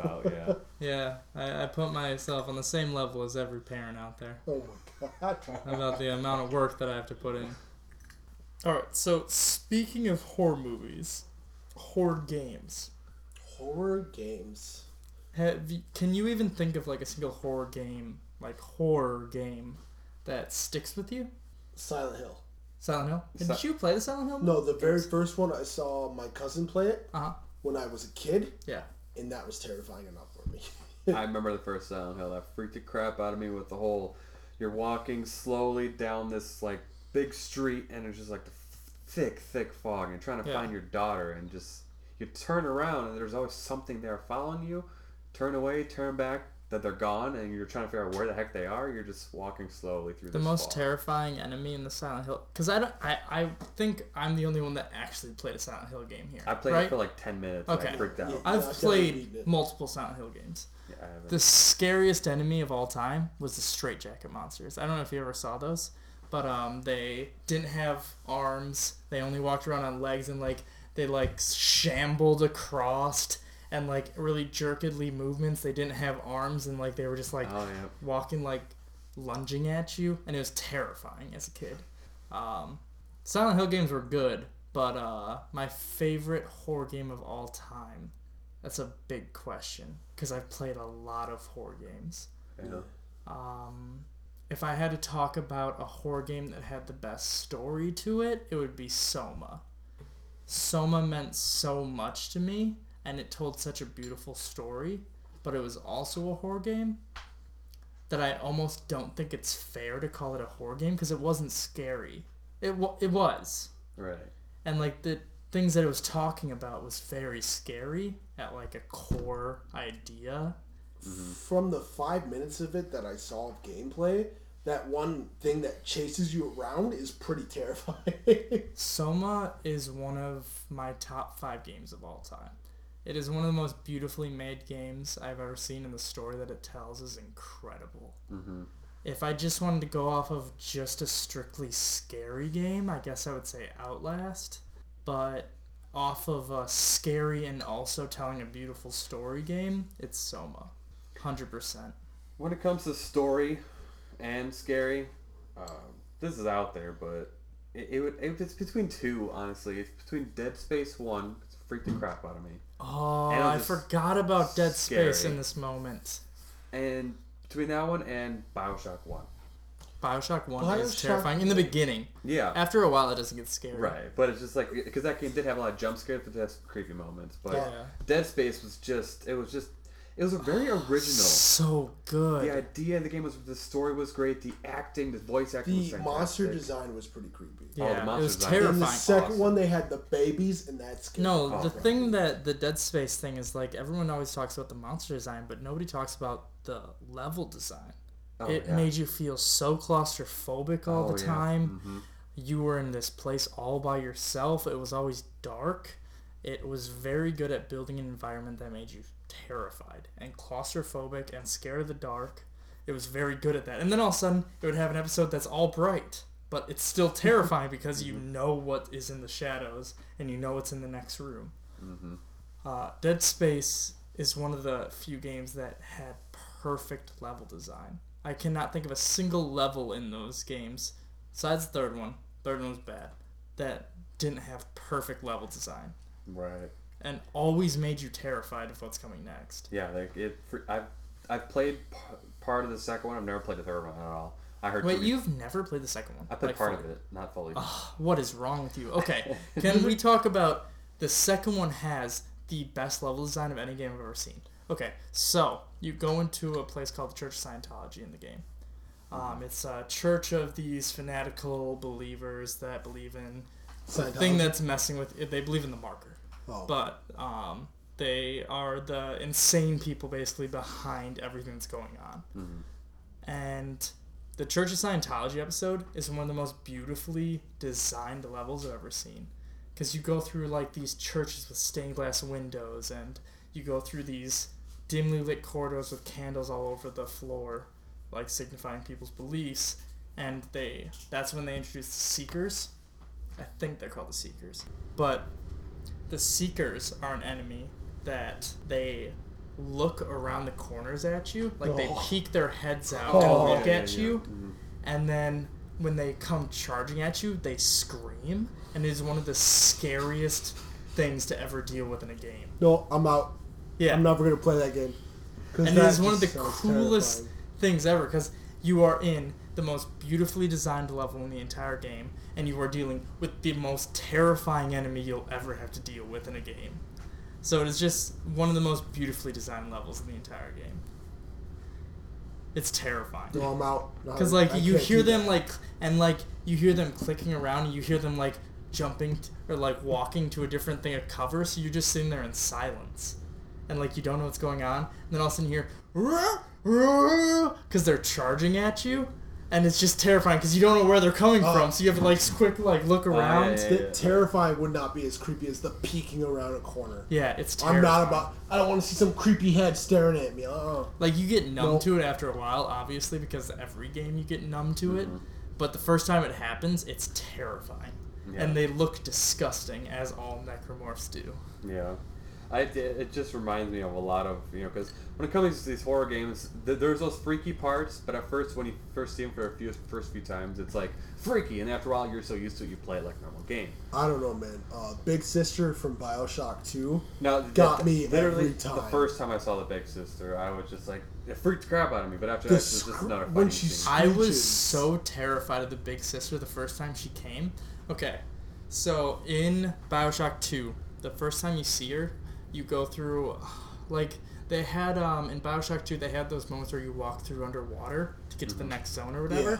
Oh yeah. Yeah, I, I put myself on the same level as every parent out there Oh my god. about the amount of work that I have to put in. Alright, so speaking of horror movies, horror games. Horror games. Have you, can you even think of like a single horror game, like horror game, that sticks with you? Silent Hill. Silent Hill? Did Si- you play the Silent Hill? No, the very first one I saw my cousin play it Uh huh. when I was a kid, Yeah. and that was terrifying enough for me. I remember the first Silent Hill. That freaked the crap out of me with the whole. You're walking slowly down this like big street, and it's just like the thick, thick fog, and trying to Yeah. find your daughter, and just you turn around, and there's always something there following you. Turn away, turn back, that they're gone, and you're trying to figure out where the heck they are. You're just walking slowly through The this most fog. terrifying enemy in the Silent Hill, because I don't, I, I think I'm the only one that actually played a Silent Hill game here. I played right? it for like ten minutes. And Okay. I freaked out. Yeah. I've I've definitely beaten played it. multiple Silent Hill games. Yeah, I haven't- The scariest enemy of all time was the straitjacket monsters. I don't know if you ever saw those, but um, they didn't have arms. They only walked around on legs and like they like shambled across and like really jerkedly movements. They didn't have arms and like they were just like Oh yeah. walking like lunging at you and it was terrifying as a kid um, silent hill games were good but uh, my favorite horror game of all time that's a big question because i've played a lot of horror games yeah. um, if i had to talk about a horror game that had the best story to it it would be soma soma meant so much to me and it told such a beautiful story but it was also a horror game that I almost don't think it's fair to call it a horror game because it wasn't scary. It wa- it was, Right. and like the things that it was talking about was very scary at like a core idea. From the five minutes of it that I saw of gameplay, that one thing that chases you around is pretty terrifying. Soma is one of my top five games of all time. It is one of the most beautifully made games I've ever seen, and the story that it tells is incredible. Mm-hmm. If I just wanted to go off of just a strictly scary game, I guess I would say Outlast. But off of a scary and also telling a beautiful story game, it's Soma. 100%. When it comes to story and scary, um, this is out there, but it, it would it, it's between two. Honestly, it's between Dead Space One. It's freaked the crap out of me, Oh, And it was I just forgot about Dead Space scary. in this moment. and between that one and Bioshock One. Bioshock One is Bioshock- terrifying in the beginning. Yeah. After a while, it doesn't get scary. Right, but it's just like because that game did have a lot of jump scares, but that's creepy moments. But Yeah. Dead Space was just it was just it was a very original. So good. The idea of the game was the story was great, the acting, the voice acting. was The fantastic. monster design was pretty creepy. Yeah, the it was monsters on it. In terrifying. the second Awesome. one, they had the babies, and that's scary. No, Oh, the right. thing that the Dead Space thing is like everyone always talks about the monster design, but nobody talks about the level design. Oh, it yeah. made you feel so claustrophobic all Oh, the yeah. time. You were in this place all by yourself. It was always dark. It was very good at building an environment that made you terrified and claustrophobic and scared of the dark. It was very good at that. And then all of a sudden, it would have an episode that's all bright, but it's still terrifying because you Mm-hmm. know what is in the shadows and you know what's in the next room. Uh, Dead Space is one of the few games that had perfect level design. I cannot think of a single level in those games, besides the third one. Third one was bad. That didn't have perfect level design Right. and always made you terrified of what's coming next. Yeah, like it. fr- I've I've played p- part of the second one. I've never played the third one at all. I heard. Wait, too many- you've never played the second one? I played Like, part fully. of it, not fully. What is wrong with you? Okay, can we talk about the second one has the best level design of any game I've ever seen? Okay, so you go into a place called the Church of Scientology in the game. Um, it's a church of these fanatical believers that believe in the Scientology. thing that's messing with. They believe in the marker, Oh. but um, they are the insane people basically behind everything that's going on and the Church of Scientology episode is one of the most beautifully designed levels I've ever seen. Because you go through like these churches with stained glass windows, and you go through these dimly lit corridors with candles all over the floor, like signifying people's beliefs. And they that's when they introduce the Seekers. I think they're called the Seekers. But the Seekers are an enemy that they look around the corners at you, like they Oh. peek their heads out Oh. and look Yeah, yeah, at yeah. you, and then when they come charging at you, they scream, and it is one of the scariest things to ever deal with in a game. no, I'm out. Yeah, I'm never gonna play that game. 'Cause and it that is one of the just sounds coolest terrifying. things ever because you are in the most beautifully designed level in the entire game, and you are dealing with the most terrifying enemy you'll ever have to deal with in a game. So it is just one of the most beautifully designed levels in the entire game. It's terrifying. No, I'm out. No, Because I- like I you can't hear do them that. like and like you hear them clicking around and you hear them like jumping t- or like walking to a different thing of cover, so you're just sitting there in silence, and like you don't know what's going on. And then all of a sudden you hear because they're charging at you, and it's just terrifying because you don't know where they're coming Oh. from, so you have to like s- quick like look around. yeah, yeah, The yeah, yeah. terrifying would not be as creepy as the peeking around a corner. it's terrifying. I'm not about. I don't want to see some creepy head staring at me. Uh-uh. Like you get numb No. to it after a while, obviously, because every game you get numb to it. But the first time it happens, it's terrifying, Yeah. and they look disgusting as all necromorphs do. Yeah, I it- it just reminds me of a lot of you know because when it comes to these horror games, th- there's those freaky parts. But at first, when you first see them for a few first few times, it's like freaky, and after a while, you're so used to it, you play it like a normal game. I don't know, man. Uh, Big Sister from Bioshock Two. Now Got me literally every the time. first time I saw the Big Sister, I was just like it freaked the crap out of me. But after The that, it was just scr- another when fighting she scene. s- I was Screeches. so terrified of the big sister the first time she came. Okay, so in Bioshock 2, the first time you see her, you go through, like, they had, um, in Bioshock 2, they had those moments where you walk through underwater to get to the next zone or whatever. Yeah.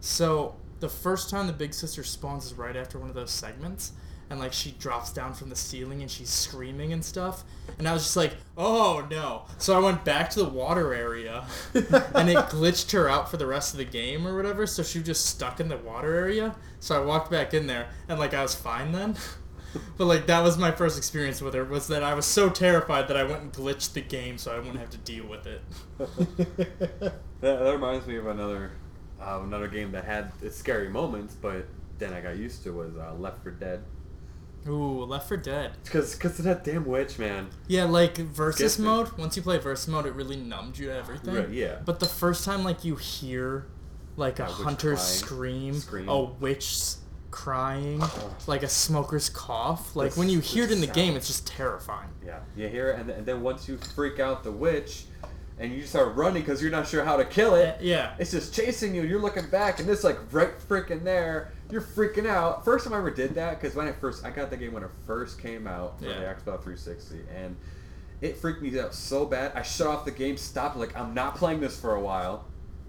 So the first time the big sister spawns is right after one of those segments. And like she drops down from the ceiling and she's screaming and stuff. And I was just like, oh no. So I went back to the water area and it glitched her out for the rest of the game or whatever. So she was just stuck in the water area. So I walked back in there and like I was fine then. but like that was my first experience with her was that I was so terrified that I went and glitched the game so I wouldn't have to deal with it. That, that reminds me of another uh, another game that had its scary moments, but then I got used to was uh, Left for Dead. Ooh, Left for Dead. Because because of that damn witch, man. Yeah, like versus Skip it. mode. Once you play versus mode, it really numbed you to everything. Right, yeah. But the first time, like you hear, like a witch hunter crying, scream, scream. a witch s- crying, like a smoker's cough. Like when you That's- hear it in the that's game, sound. it's just terrifying. Yeah, you hear it, and, th- and then once you freak out the witch, and you start running because you're not sure how to kill it. Yeah. It's just chasing you. You're looking back, and it's like right freaking there. You're freaking out. First time I ever did that because when I first I got the game when it first came out for Yeah. the Xbox 360, and it freaked me out so bad. I shut off the game, stopped. Like I'm not playing this for a while.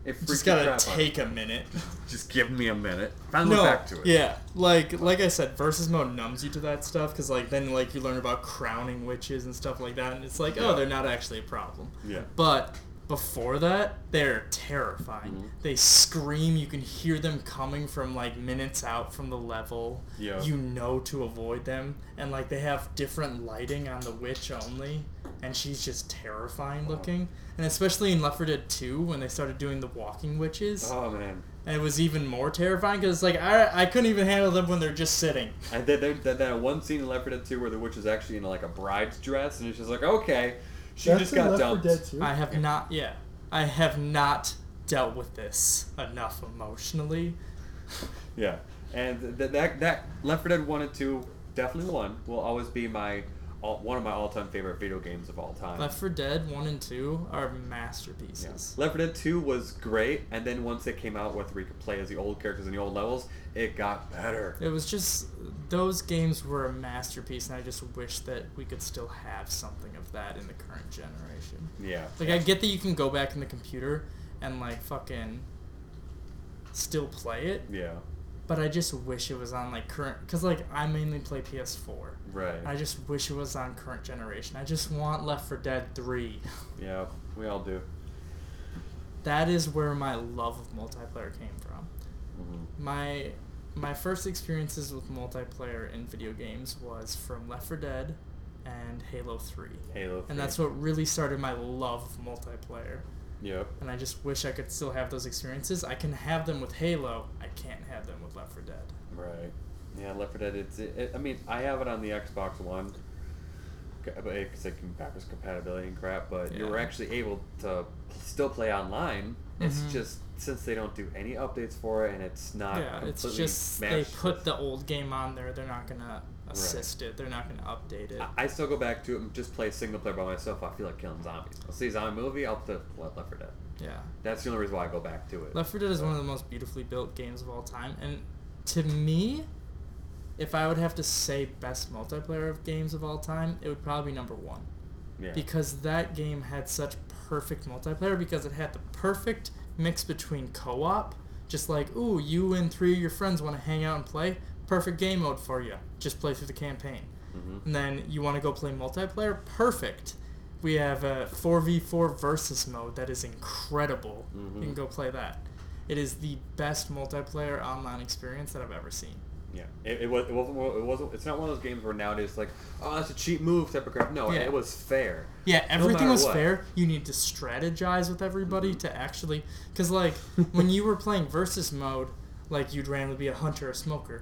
It freaked Just the crap gotta out of me. take a minute. Just give me a minute. Finally No, back to it. yeah, like like I said, versus mode numbs you to that stuff because like then like you learn about crowning witches and stuff like that, and it's like oh Yeah. they're not actually a problem. Yeah. But before that, they're terrifying. Mm-hmm. They scream. You can hear them coming from like minutes out from the level. Yeah. You know to avoid them, and like they have different lighting on the witch only, and she's just terrifying looking. And especially in Left 4 Dead 2, when they started doing the walking witches, Oh man. and it was even more terrifying because like I I couldn't even handle them when they're just sitting. And then there, that, that one scene in Left 4 Dead 2 where the witch is actually in like a bride's dress, and it's just like, okay, she That's just in got Left 4 dumped. Dead too. I have not. Yeah, I have not dealt with this enough emotionally. Yeah, and th- th- that that Left 4 Dead 1 and 2 definitely one will always be my all, one of my all time favorite video games of all time. Left 4 Dead 1 and 2 are Yeah. masterpieces. Left 4 Dead 2 was great, and then once it came out with where you could play as the old characters in the old levels, it got better. It was just those games were a masterpiece and I just wish that we could still have something of that in the current generation. Yeah, Like I get that you can go back in the computer and like fucking still play it, yeah, but I just wish it was on like current cuz like I mainly play PS4. right. I just wish it was on current generation. I just want Left 4 Dead 3. yeah, we all do. That is where my love of multiplayer came from. Mhm. my my first experiences with multiplayer in video games was from Left 4 Dead and Halo 3. Halo 3. And that's what really started my love of multiplayer. Yep. And I just wish I could still have those experiences. I can have them with Halo. I can't have them with Left 4 Dead. Right. Yeah, Left 4 Dead. It's. It, it- I mean, I have it on the Xbox One, c- but eh, it's like backwards compatibility and crap. But you Yeah. were actually able to still play online. It's Mhm. just since they don't do any updates for it, and it's not. yeah, it's completely just they mashed put with- the old game on there. They're not gonna assist it. They're not gonna update it. I- I still go back to it and just play single player by myself. I feel like killing zombies. I'll see a zombie movie. I'll put Left 4 Dead. Yeah. That's the only reason why I go back to it. Left 4 Dead is one of the most beautifully built games of all time, and to me, if I would have to say best multiplayer of games of all time, it would probably be number one yeah. because that game had such perfect multiplayer because it had the perfect mix between co-op, just like ooh, you and three of your friends want to hang out and play, perfect game mode for you. Just play through the campaign, Mhm. and then you want to go play multiplayer, perfect. We have a 4v4 versus mode that is incredible. You can Mhm. go play that. It is the best multiplayer online experience that I've ever seen. Yeah, it, it was. It wasn't. It wasn't. It's not one of those games where nowadays like, oh, that's a cheap move type of crap. No, Yeah. it was fair. Yeah, everything matter was what. Mm-hmm. fair. You need to strategize with everybody to actually, because like when you were playing versus mode, like you'd randomly be a hunter or smoker.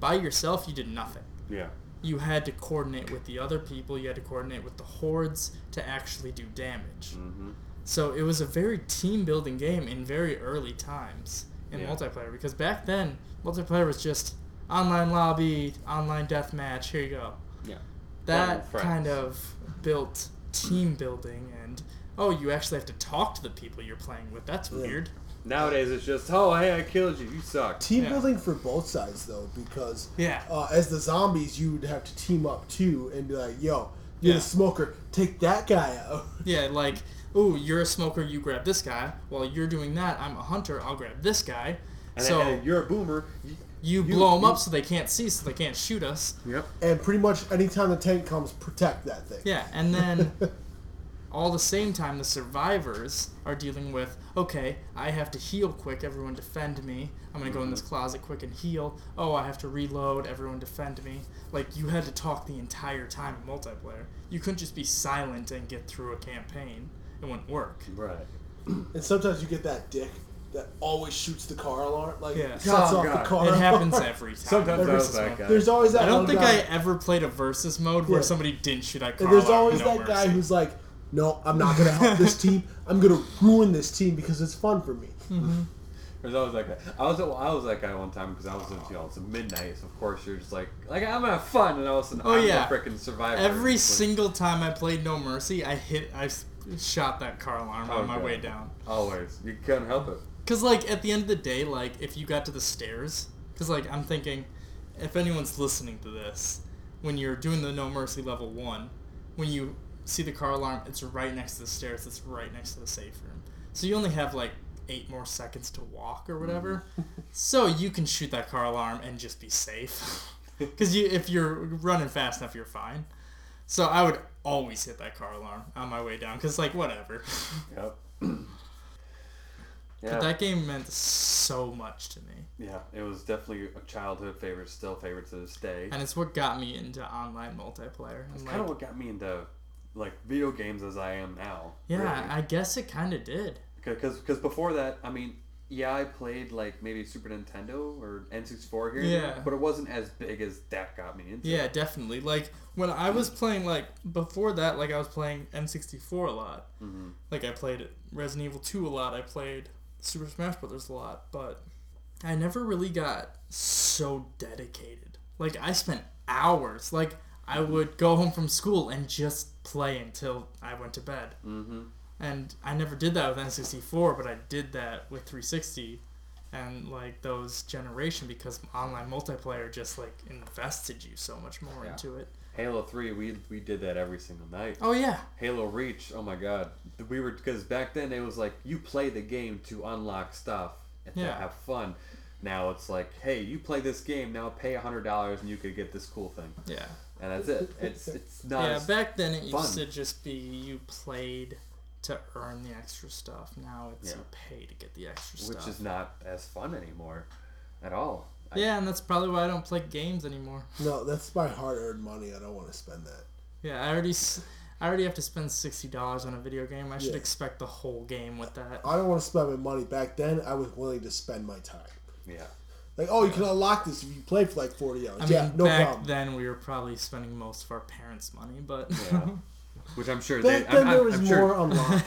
By yourself, you did nothing. Yeah. You had to coordinate with the other people. You had to coordinate with the hordes to actually do damage. Mm-hmm. So it was a very team building game in very early times in Yeah. multiplayer because back then multiplayer was just online lobby, online deathmatch. Here you go. Yeah. That friends. kind of built team building and oh, you actually have to talk to the people you're playing with. That's weird. Nowadays it's just, oh hey, I killed you. You suck. Team Yeah. building for both sides though, because Yeah. uh, as the zombies, you would have to team up too and be like, "Yo, Yeah. you're the smoker, take that guy out." Yeah, like oh, you're a smoker, you grab this guy. While you're doing that, I'm a hunter, I'll grab this guy. And so then, and you're a boomer. You, you, blow 'em blow them up so they can't see, so they can't shoot us. Yep. And pretty much anytime the tank comes, protect that thing. Yeah, and then all the same time, the survivors are dealing with okay, I have to heal quick, everyone defend me. I'm gonna go in Mm-hmm. this closet quick and heal. Oh, I have to reload, everyone defend me. Like, you had to talk the entire time in multiplayer. You couldn't just be silent and get through a campaign, it wouldn't work. Right. And sometimes you get that dick that always shoots the car alarm, like Yeah. cuts Oh, off God. the car. It alarm. happens every time. Sometimes I Every was single- that guy. There's always that. I don't one think guy, I ever played a versus mode where Yeah. somebody didn't shoot at And Carlisle. there's always no that mercy. guy who's like, "No, I'm not gonna help this team. I'm gonna ruin this team because it's fun for me." There's always that guy. I was I was that guy one time because I was into you know, it's midnight. So of course you're just like like I'm gonna have fun and all of a sudden Oh, I'm yeah. a freaking survivor. Every It's like- single time I played No Mercy, I hit, I s- shot that car alarm on my Okay. way down. Always. You couldn't help it. Because, like, at the end of the day, like, if you got to the stairs, because, like, I'm thinking, if anyone's listening to this, when you're doing the No Mercy level one, when you see the car alarm, it's right next to the stairs, it's right next to the safe room. So you only have, like, eight more seconds to walk or whatever. so you can shoot that car alarm and just be safe. Because you, if you're running fast enough, you're fine. So I would always hit that car alarm on my way down, because, like, whatever. Yep. yeah. But that game meant so much to me. yeah. It was definitely a childhood favorite, still favorite to this day. and it's what got me into online multiplayer. And It's like, kind of what got me into like video games as I am now. yeah, I guess it kind of did. Because because before that, I mean, yeah, I played like maybe Super Nintendo or N64 here. and there, Yeah. But it wasn't as big as that got me into. Yeah, definitely. Like when I was playing, like before that, like I was playing N64 a lot. hmm Like I played Resident Evil 2 a lot. I played Super Smash Brothers a lot, but I never really got so dedicated. Like I spent hours. Like I would go home from school and just play until I went to bed. hmm and I never did that with N64, but I did that with 360 and like those generation because online multiplayer just like invested you so much more Yeah. into it. Halo Three, we we did that every single night. Oh yeah, Halo Reach, oh my god, we were because back then it was like you play the game to unlock stuff and to Yeah. have fun. Now it's like, hey, you play this game now, pay hundred dollars and you could get this cool thing, yeah, and that's it. It's it's not. yeah. as- Back then it fun. used to just be you played to earn the extra stuff. Now it's Yeah. you pay to get the extra which stuff. is not as fun anymore at all. I- yeah, and that's probably why I don't play games anymore. No, that's my hard-earned money. I don't want to spend that. Yeah, I already, s- I already have to spend sixty dollars on a video game. I should Yeah. expect the whole game with that. I don't want to spend my money. Back then, I was willing to spend my time. yeah. Like, oh, you can unlock this if you play for like 40 hours. I mean, yeah, no back problem. then we were probably spending most of our parents' money, but Yeah. Which I'm sure Back they. then, I'm, there I'm- was I'm more sure, unlocking.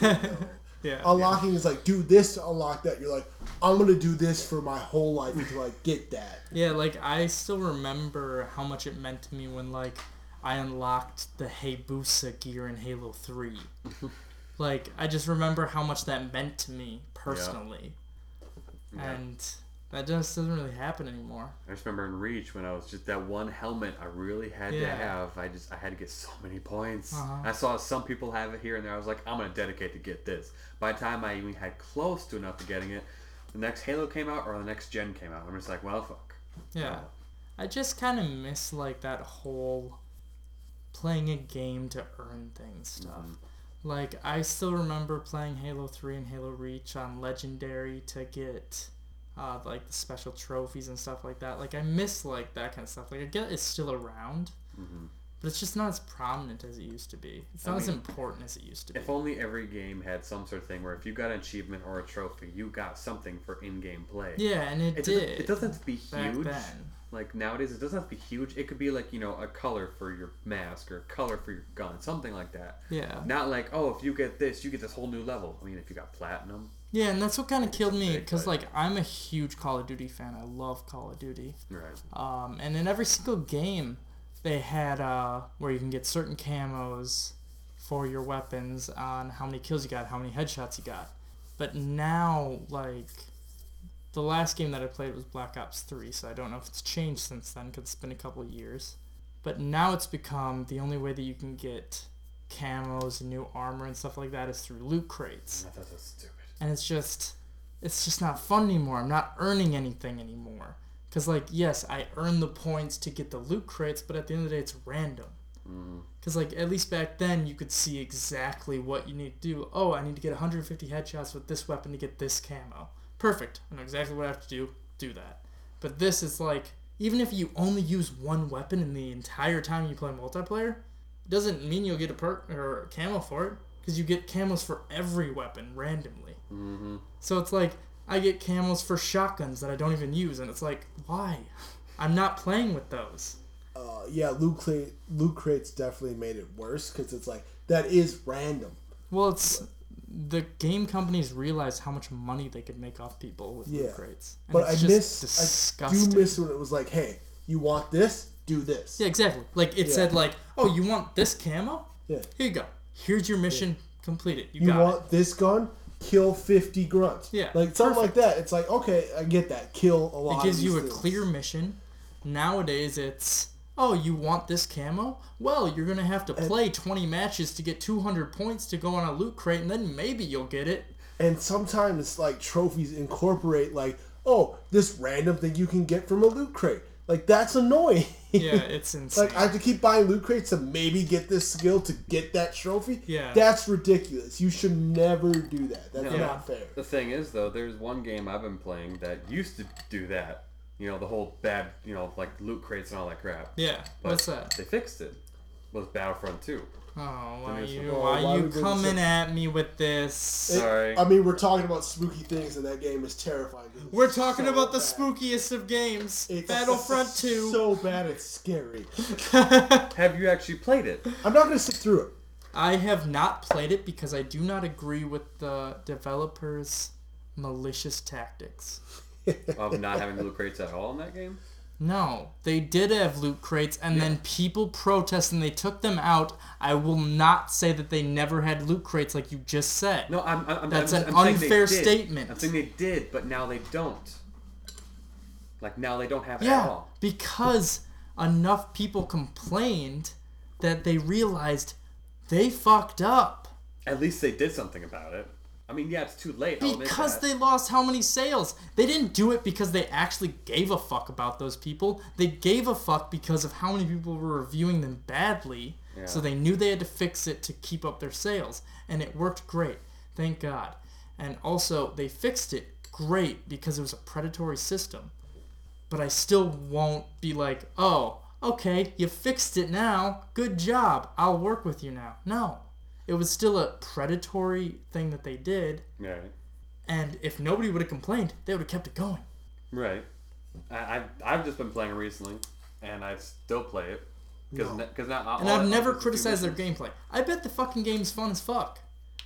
Though. yeah, unlocking is like, do this to unlock that. You're like, I'm gonna do this for my whole life until I get that. yeah. Like I still remember how much it meant to me when like I unlocked the Hayabusa gear in Halo Three. like I just remember how much that meant to me personally, Yeah. and that just doesn't really happen anymore. I just remember in Reach when I was just that one helmet I really had to Yeah. have. I just I had to get so many points. Uh-huh. I saw some people have it here and there. I was like, I'm gonna dedicate to get this. By the time I even had close to enough to getting it, the next Halo came out or the next Gen came out. I'm just like, well, fuck. Yeah, Uh, I just kind of miss like that whole playing a game to earn things Mm-hmm. stuff. Like I still remember playing Halo 3 and Halo Reach on legendary to get uh, like the special trophies and stuff like that. Like I miss like that kind of stuff. Like I get it's still around, Mhm. but it's just not as prominent as it used to be. It's I not as mean, important as it used to be. If only every game had some sort of thing where if you got an achievement or a trophy, you got something for in-game play. yeah, and it, It doesn't, did. it doesn't have to be back huge. then. Like nowadays, it doesn't have to be huge. It could be like you know a color for your mask or a color for your gun, something like that. Yeah. Not like, oh, if you get this, you get this whole new level. I mean, if you got platinum, Yeah, and that's what kind of killed me big cuz fight. like I'm a huge Call of Duty fan. I love Call of Duty. right? Um, and in every single game, they had uh, where you can get certain camos for your weapons on how many kills you got, how many headshots you got. But now, like, the last game that I played was Black Ops 3, so I don't know if it's changed since then because it's been a couple of years. But now it's become the only way that you can get camos and new armor and stuff like that is through loot crates I thought that's stupid. and it's just it's just not fun anymore i'm not earning anything anymore because like yes i earn the points to get the loot crates but at the end of the day it's random because like at least back then you could see exactly what you need to do oh i need to get 150 headshots with this weapon to get this camo perfect i know exactly what i have to do do that but this is like even if you only use one weapon in the entire time you play multiplayer doesn't mean you'll get a perk or a camo for it because you get camos for every weapon randomly. Mm-hmm. So it's like I get camos for shotguns that I don't even use, and it's like why? I'm not playing with those. Uh, yeah, loot, cra- loot crates definitely made it worse because it's like that is random. Well, it's the game companies realized how much money they could make off people with Yeah. loot crates, and But it's I just miss, disgusting. I do miss when it was like, hey, you want this? Do this. yeah, exactly. Like it Yeah. said, like oh, you want this camo? Yeah. Here you go. Here's your mission. Complete it. You, You got want this gun? Kill 50 grunts. Yeah, Like something like that. It's like, okay, I get that. Kill a lot. it. of It gives these you a things. clear mission. Nowadays, it's oh, you want this camo? Well, you're gonna have to play 20 matches to get 200 points to go on a loot crate, and then maybe you'll get it. And sometimes like trophies incorporate like, oh, this random thing you can get from a loot crate. Like that's annoying. Yeah, it's insane. Like I have to keep buying loot crates to maybe get this skill to get that trophy. Yeah. that's ridiculous. You should never do that. That's Yeah. not fair. The thing is, though, there's one game I've been playing that used to do that. You know, the whole bad, you know, like loot crates and all that crap. yeah, But what's that? They fixed it. Was Battlefront 2. Oh, why There's- you Oh, why, why you we did coming so- at me with this? It- Sorry. I mean, we're talking about spooky things, and that game is terrifying. It's We're talking so about the bad. spookiest of games, It's Battlefront 2. So bad, it's scary. Have you actually played it? I'm not gonna sit through it. I have not played it because I do not agree with the developers' malicious tactics. Of not having loot crates at all in that game? No, they did have loot crates, and then people protest and they took them out. I will not say that they never had loot crates, like you just said. No, I'm. I'm I'm- That's I'm, an I'm saying they unfair did. statement. I'm saying they did, but now they don't. Like now they don't have it at Yeah, all. because enough people complained that they realized they fucked up At least they did something about it. I mean, yeah, it's too late. I'll admit because that. they lost how many sales. They didn't do it because they actually gave a fuck about those people. They gave a fuck because of how many people were reviewing them badly. So Yeah. they knew they had to fix it to keep up their sales, and it worked great. Thank God. And also, they fixed it great because it was a predatory system. But I still won't be like, oh, okay, you fixed it now. Good job. I'll work with you now. No. It was still a predatory thing that they did, Right. and if nobody would have complained, they would have kept it going. Right. I, I've, I've just been playing recently, and I still play it. Because No. now, And I've never criticized their gameplay. I bet the fucking game's fun as fuck.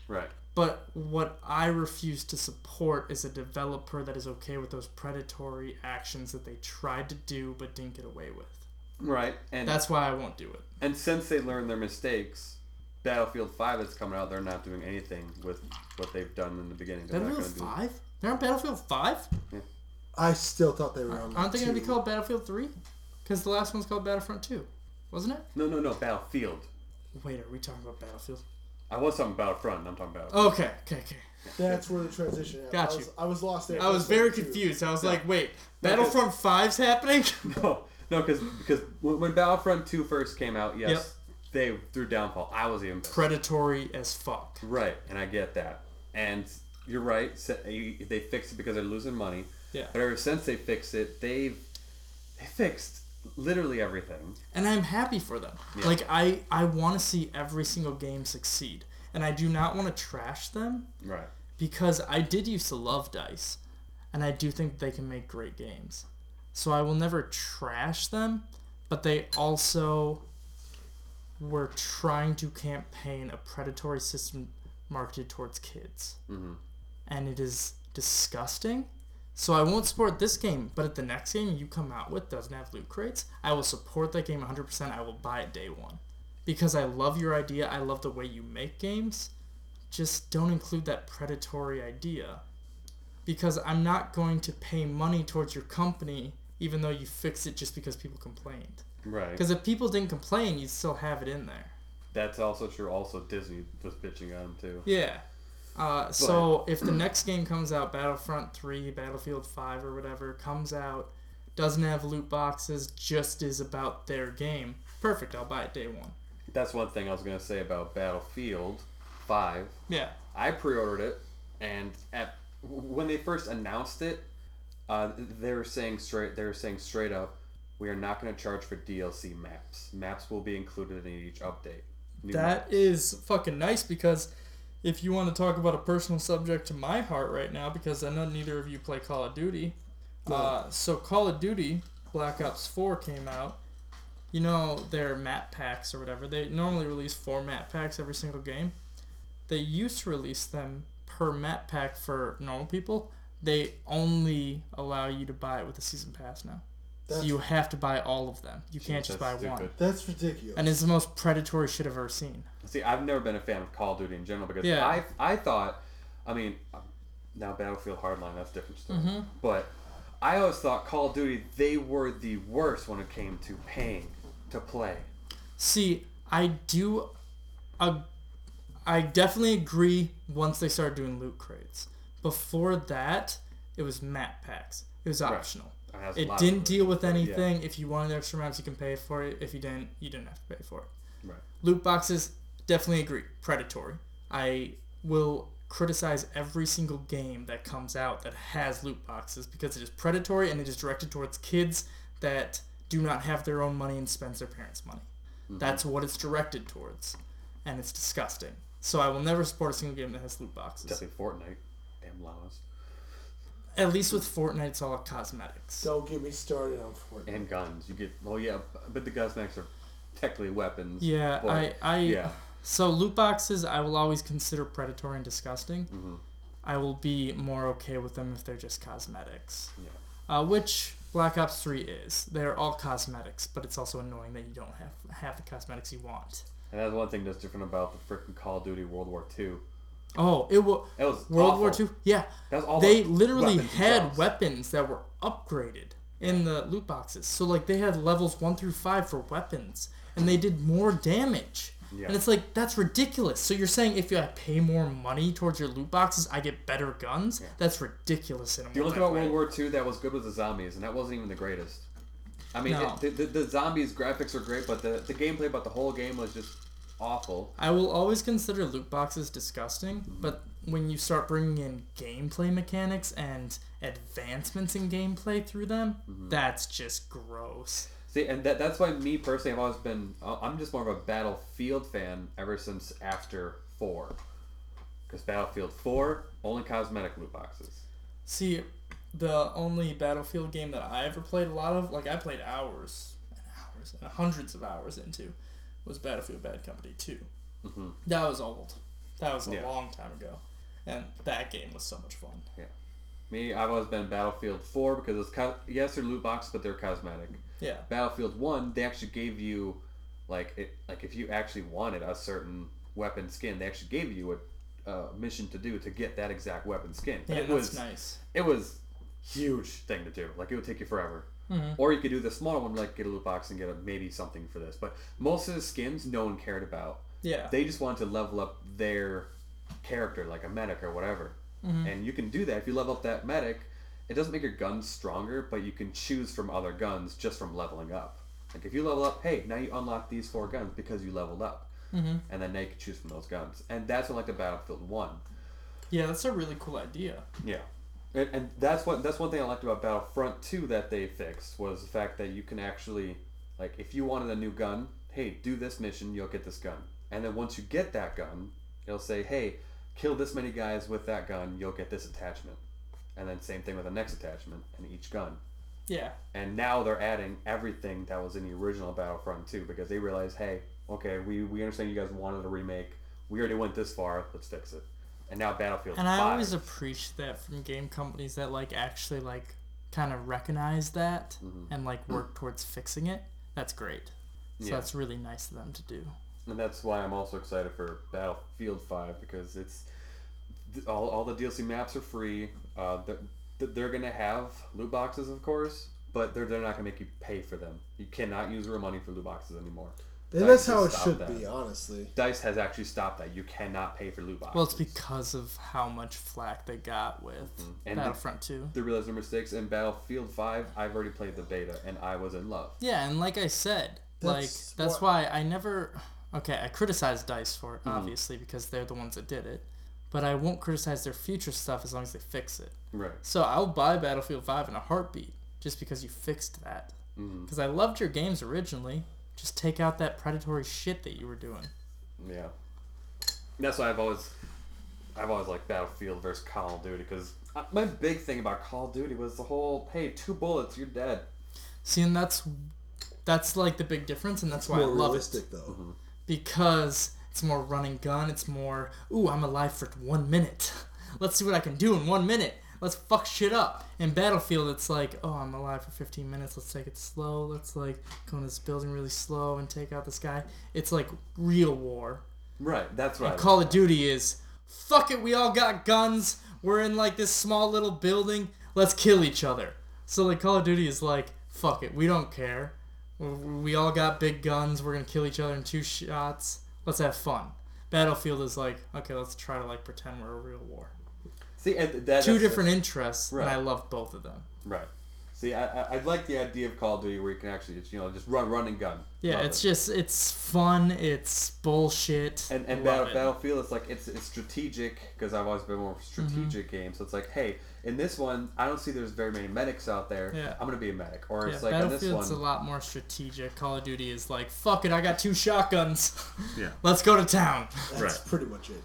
Right. But what I refuse to support is a developer that is okay with those predatory actions that they tried to do but didn't get away with. Right. And That's why I won't do it. and since they learned their mistakes, Battlefield Five that's coming out, they're not doing anything with what they've done in the beginning. They're not Battlefield going to do. 5? They're on Battlefield 5? I still thought they were on. Aren't they going to be two. called Battlefield 3? Because the last one's called Battlefront 2, wasn't it? No, no, no. Battlefield. Wait, are we talking about Battlefield? I was talking Battlefront. and I'm talking Battlefield. Okay, okay, okay. That's where the transition. Happened. Got I you. was, I was lost there. I was very Two. confused. I was like, wait, Battlefront 5's happening? No, no, because because when when Battlefront Two first came out, yes, they threw downfall. I was even pissed. predatory as fuck. right, and I get that, and you're right. so- you- They fixed it because they're losing money. Yeah. But ever since they fixed it, they've they fixed literally everything. And I'm happy for them. Like I I want to see every single game succeed. And I do not want to trash them Right. because I did used to love DICE and I do think they can make great games. So I will never trash them, but they also were trying to campaign a predatory system marketed towards kids. And it is disgusting. So I won't support this game, but if the next game you come out with doesn't have loot crates, I will support that game 100%. I will buy it day one. Because I love your idea, I love the way you make games. Just don't include that predatory idea. Because I'm not going to pay money towards your company even though you fix it just because people complained. Right. Because if people didn't complain, you'd still have it in there. That's also true. Also, Disney was bitching on them too. Yeah. Uh, so if the next game comes out, Battlefront 3, Battlefield 5, or whatever, comes out, doesn't have loot boxes, just is about their game, perfect, I'll buy it day one. That's one thing I was gonna say about Battlefield Five. Yeah. I pre-ordered it, and at when they first announced it, uh, they were saying straight. They were saying straight up, we are not going to charge for DLC maps. Maps will be included in each update. New That is fucking nice because if you want to talk about a personal subject to my heart right now, because I know neither of you play Call of Duty. Uh, so Call of Duty Black Ops 4 came out. You know their map packs or whatever. They normally release four map packs every single game. They used to release them per map pack for normal people. They only allow you to buy it with a season pass now. so That's- you have to buy all of them. You can't just buy That's one. stupid. That's ridiculous. And it's the most predatory shit I've ever seen. See, I've never been a fan of Call of Duty in general because Yeah. I I thought, I mean, now Battlefield Hardline that's a different story. Mm-hmm. But I always thought Call of Duty they were the worst when it came to paying to play. See, I do, uh, I definitely agree. Once they started doing loot crates, before that, it was map packs. It was optional. And that's a It lot of didn't loot, deal with but yeah. anything. If you wanted extra maps, you can pay for it. If you didn't, you didn't have to pay for it. Right. Loot boxes, definitely agree. Predatory. I will criticize every single game that comes out that has loot boxes because it is predatory and it is directed towards kids that do not have their own money and spends their parents' money. That's what it's directed towards, and it's disgusting. So I will never support a single game that has loot boxes. Definitely Fortnite. Damn llamas. At least with Fortnite, it's all cosmetics. Don't get me started on Fortnite. And guns. You get well yeah, but the gunsmacks are technically weapons. Yeah, but- I, I, yeah. So loot boxes, I will always consider predatory and disgusting. Mm-hmm. I will be more okay with them if they're just cosmetics, Yeah. uh, which Black Ops Three is. They're all cosmetics, but it's also annoying that you don't have have the cosmetics you want. And that's one thing that's different about the freaking Call of Duty World War Two. Oh, it will. That was World awful. War Two. Yeah, That was all they the literally weapons had themselves. weapons that were upgraded in the loot boxes. So like they had levels one through five for weapons, and they did more damage. Yeah. And it's like that's ridiculous. So you're saying if I pay more money towards your loot boxes, I get better guns? That's ridiculous in a The only thing about World multiplayer. War II that was good was the zombies, and that wasn't even the greatest. I mean, No. it, the, the, the zombies graphics are great, but the, the gameplay about the whole game was just awful. I will always consider loot boxes disgusting, but when you start bringing in gameplay mechanics and advancements in gameplay through them, Mm-hmm. that's just gross. See, and that, that's why me personally, I've always been, uh, I'm just more of a Battlefield fan ever since after 4. Because Battlefield 4, only cosmetic loot boxes. See, the only Battlefield game that I ever played a lot of, like I played hours and hours and hundreds of hours into, was Battlefield Bad Company 2. Mm-hmm. That was old. That was a Yeah. long time ago. And that game was so much fun. Me, I've always been Battlefield 4 because it's, co- yes, they're loot boxes, but they're cosmetic. Yeah. Battlefield One, they actually gave you like it, like if you actually wanted a certain weapon skin, they actually gave you a uh, mission to do to get that exact weapon skin. Yeah, it that's was nice. it was huge thing to do. Like it would take you forever. Mm-hmm. Or you could do the smaller one, like get a loot box and get a maybe something for this. But most of the skins, no one cared about. Yeah. They just wanted to level up their character, like a medic or whatever. And you can do that if you level up that medic. It doesn't make your guns stronger, but you can choose from other guns just from leveling up. Like if you level up, hey, now you unlock these four guns because you leveled up, mm-hmm. and then now you can choose from those guns. And that's what like the Battlefield One. yeah, that's a really cool idea. Yeah, and, and that's what that's one thing I liked about Battlefront Two that they fixed was the fact that you can actually, like, if you wanted a new gun, hey, do this mission, you'll get this gun, and then once you get that gun, it'll say, hey, kill this many guys with that gun, you'll get this attachment, and then same thing with the next attachment and each gun. Yeah. And now they're adding everything that was in the original Battlefront 2 because they realize, hey, okay, we, we understand you guys wanted a remake. We already went this far. Let's fix it. And now Battlefield And 5. I always appreciate that from game companies that like actually like kind of recognize that Mm-hmm. and like work towards fixing it. That's great. So Yeah. that's really nice of them to do. And that's why I'm also excited for Battlefield 5 because it's th- all, all the DLC maps are free. Uh, they're, th- they're going to have loot boxes, of course, but they're, they're not going to make you pay for them. You cannot use real money for loot boxes anymore. And that's Dice how it has should stopped that. be, honestly. Dice has actually stopped that. You cannot pay for loot boxes. Well, it's because of how much flack they got with And the- Battlefront 2. they realized their mistakes in Battlefield 5. I've already played the beta and I was in love. Yeah, and like I said, That's like that's what- why I never okay, I criticized DICE for it obviously because they're the ones that did it, but I won't criticize their future stuff as long as they fix it. Right. So I'll buy Battlefield 5 in a heartbeat just because you fixed that. Because I loved your games originally. Just take out that predatory shit that you were doing. Yeah. That's why I've always I've always liked Battlefield versus Call of Duty because my big thing about Call of Duty was the whole hey, two bullets, you're dead. See, and that's that's like the big difference, and that's why I More love it. realistic, though. Mm-hmm. because it's more run and gun. It's more, ooh, I'm alive for one minute. Let's see what I can do in one minute. Let's fuck shit up. In Battlefield, it's like, oh, I'm alive for 15 minutes. Let's take it slow. Let's like go into this building really slow and take out this guy. It's like real war. Right, that's right. Call of Duty is fuck it. We all got guns. We're in like this small little building. Let's kill each other. So like Call of Duty is like fuck it. We don't care. We- We all got big guns. We're gonna kill each other in two shots. Let's have fun. Battlefield is like okay. Let's try to like pretend we're a real war. See, and th- that, Two that's- different interests, Right. and I love both of them. Right. See, I, I, I like the idea of Call of Duty where you can actually, just, you know, just run, run and gun. Yeah, Love it's it. just it's fun. It's bullshit. And, and Love Battle, it. Battlefield, it's like it's, it's strategic because I've always been more of a strategic Mm-hmm. game. So it's like, hey, in this one, I don't see there's very many medics out there. Yeah. I'm gonna be a medic, or Yeah, it's like on this Battlefield's one, a lot more strategic. Call of Duty is like, fuck it, I got two shotguns. Yeah. Let's go to town. That's Right. pretty much it.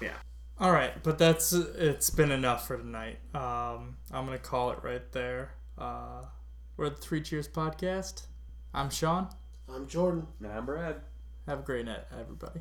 Yeah. All right, but that's it's been enough for tonight. Um, I'm gonna call it right there. Uh, we're the Three Cheers podcast. I'm Sean. I'm Jordan. Nah, I'm Brad. Have a great night, everybody.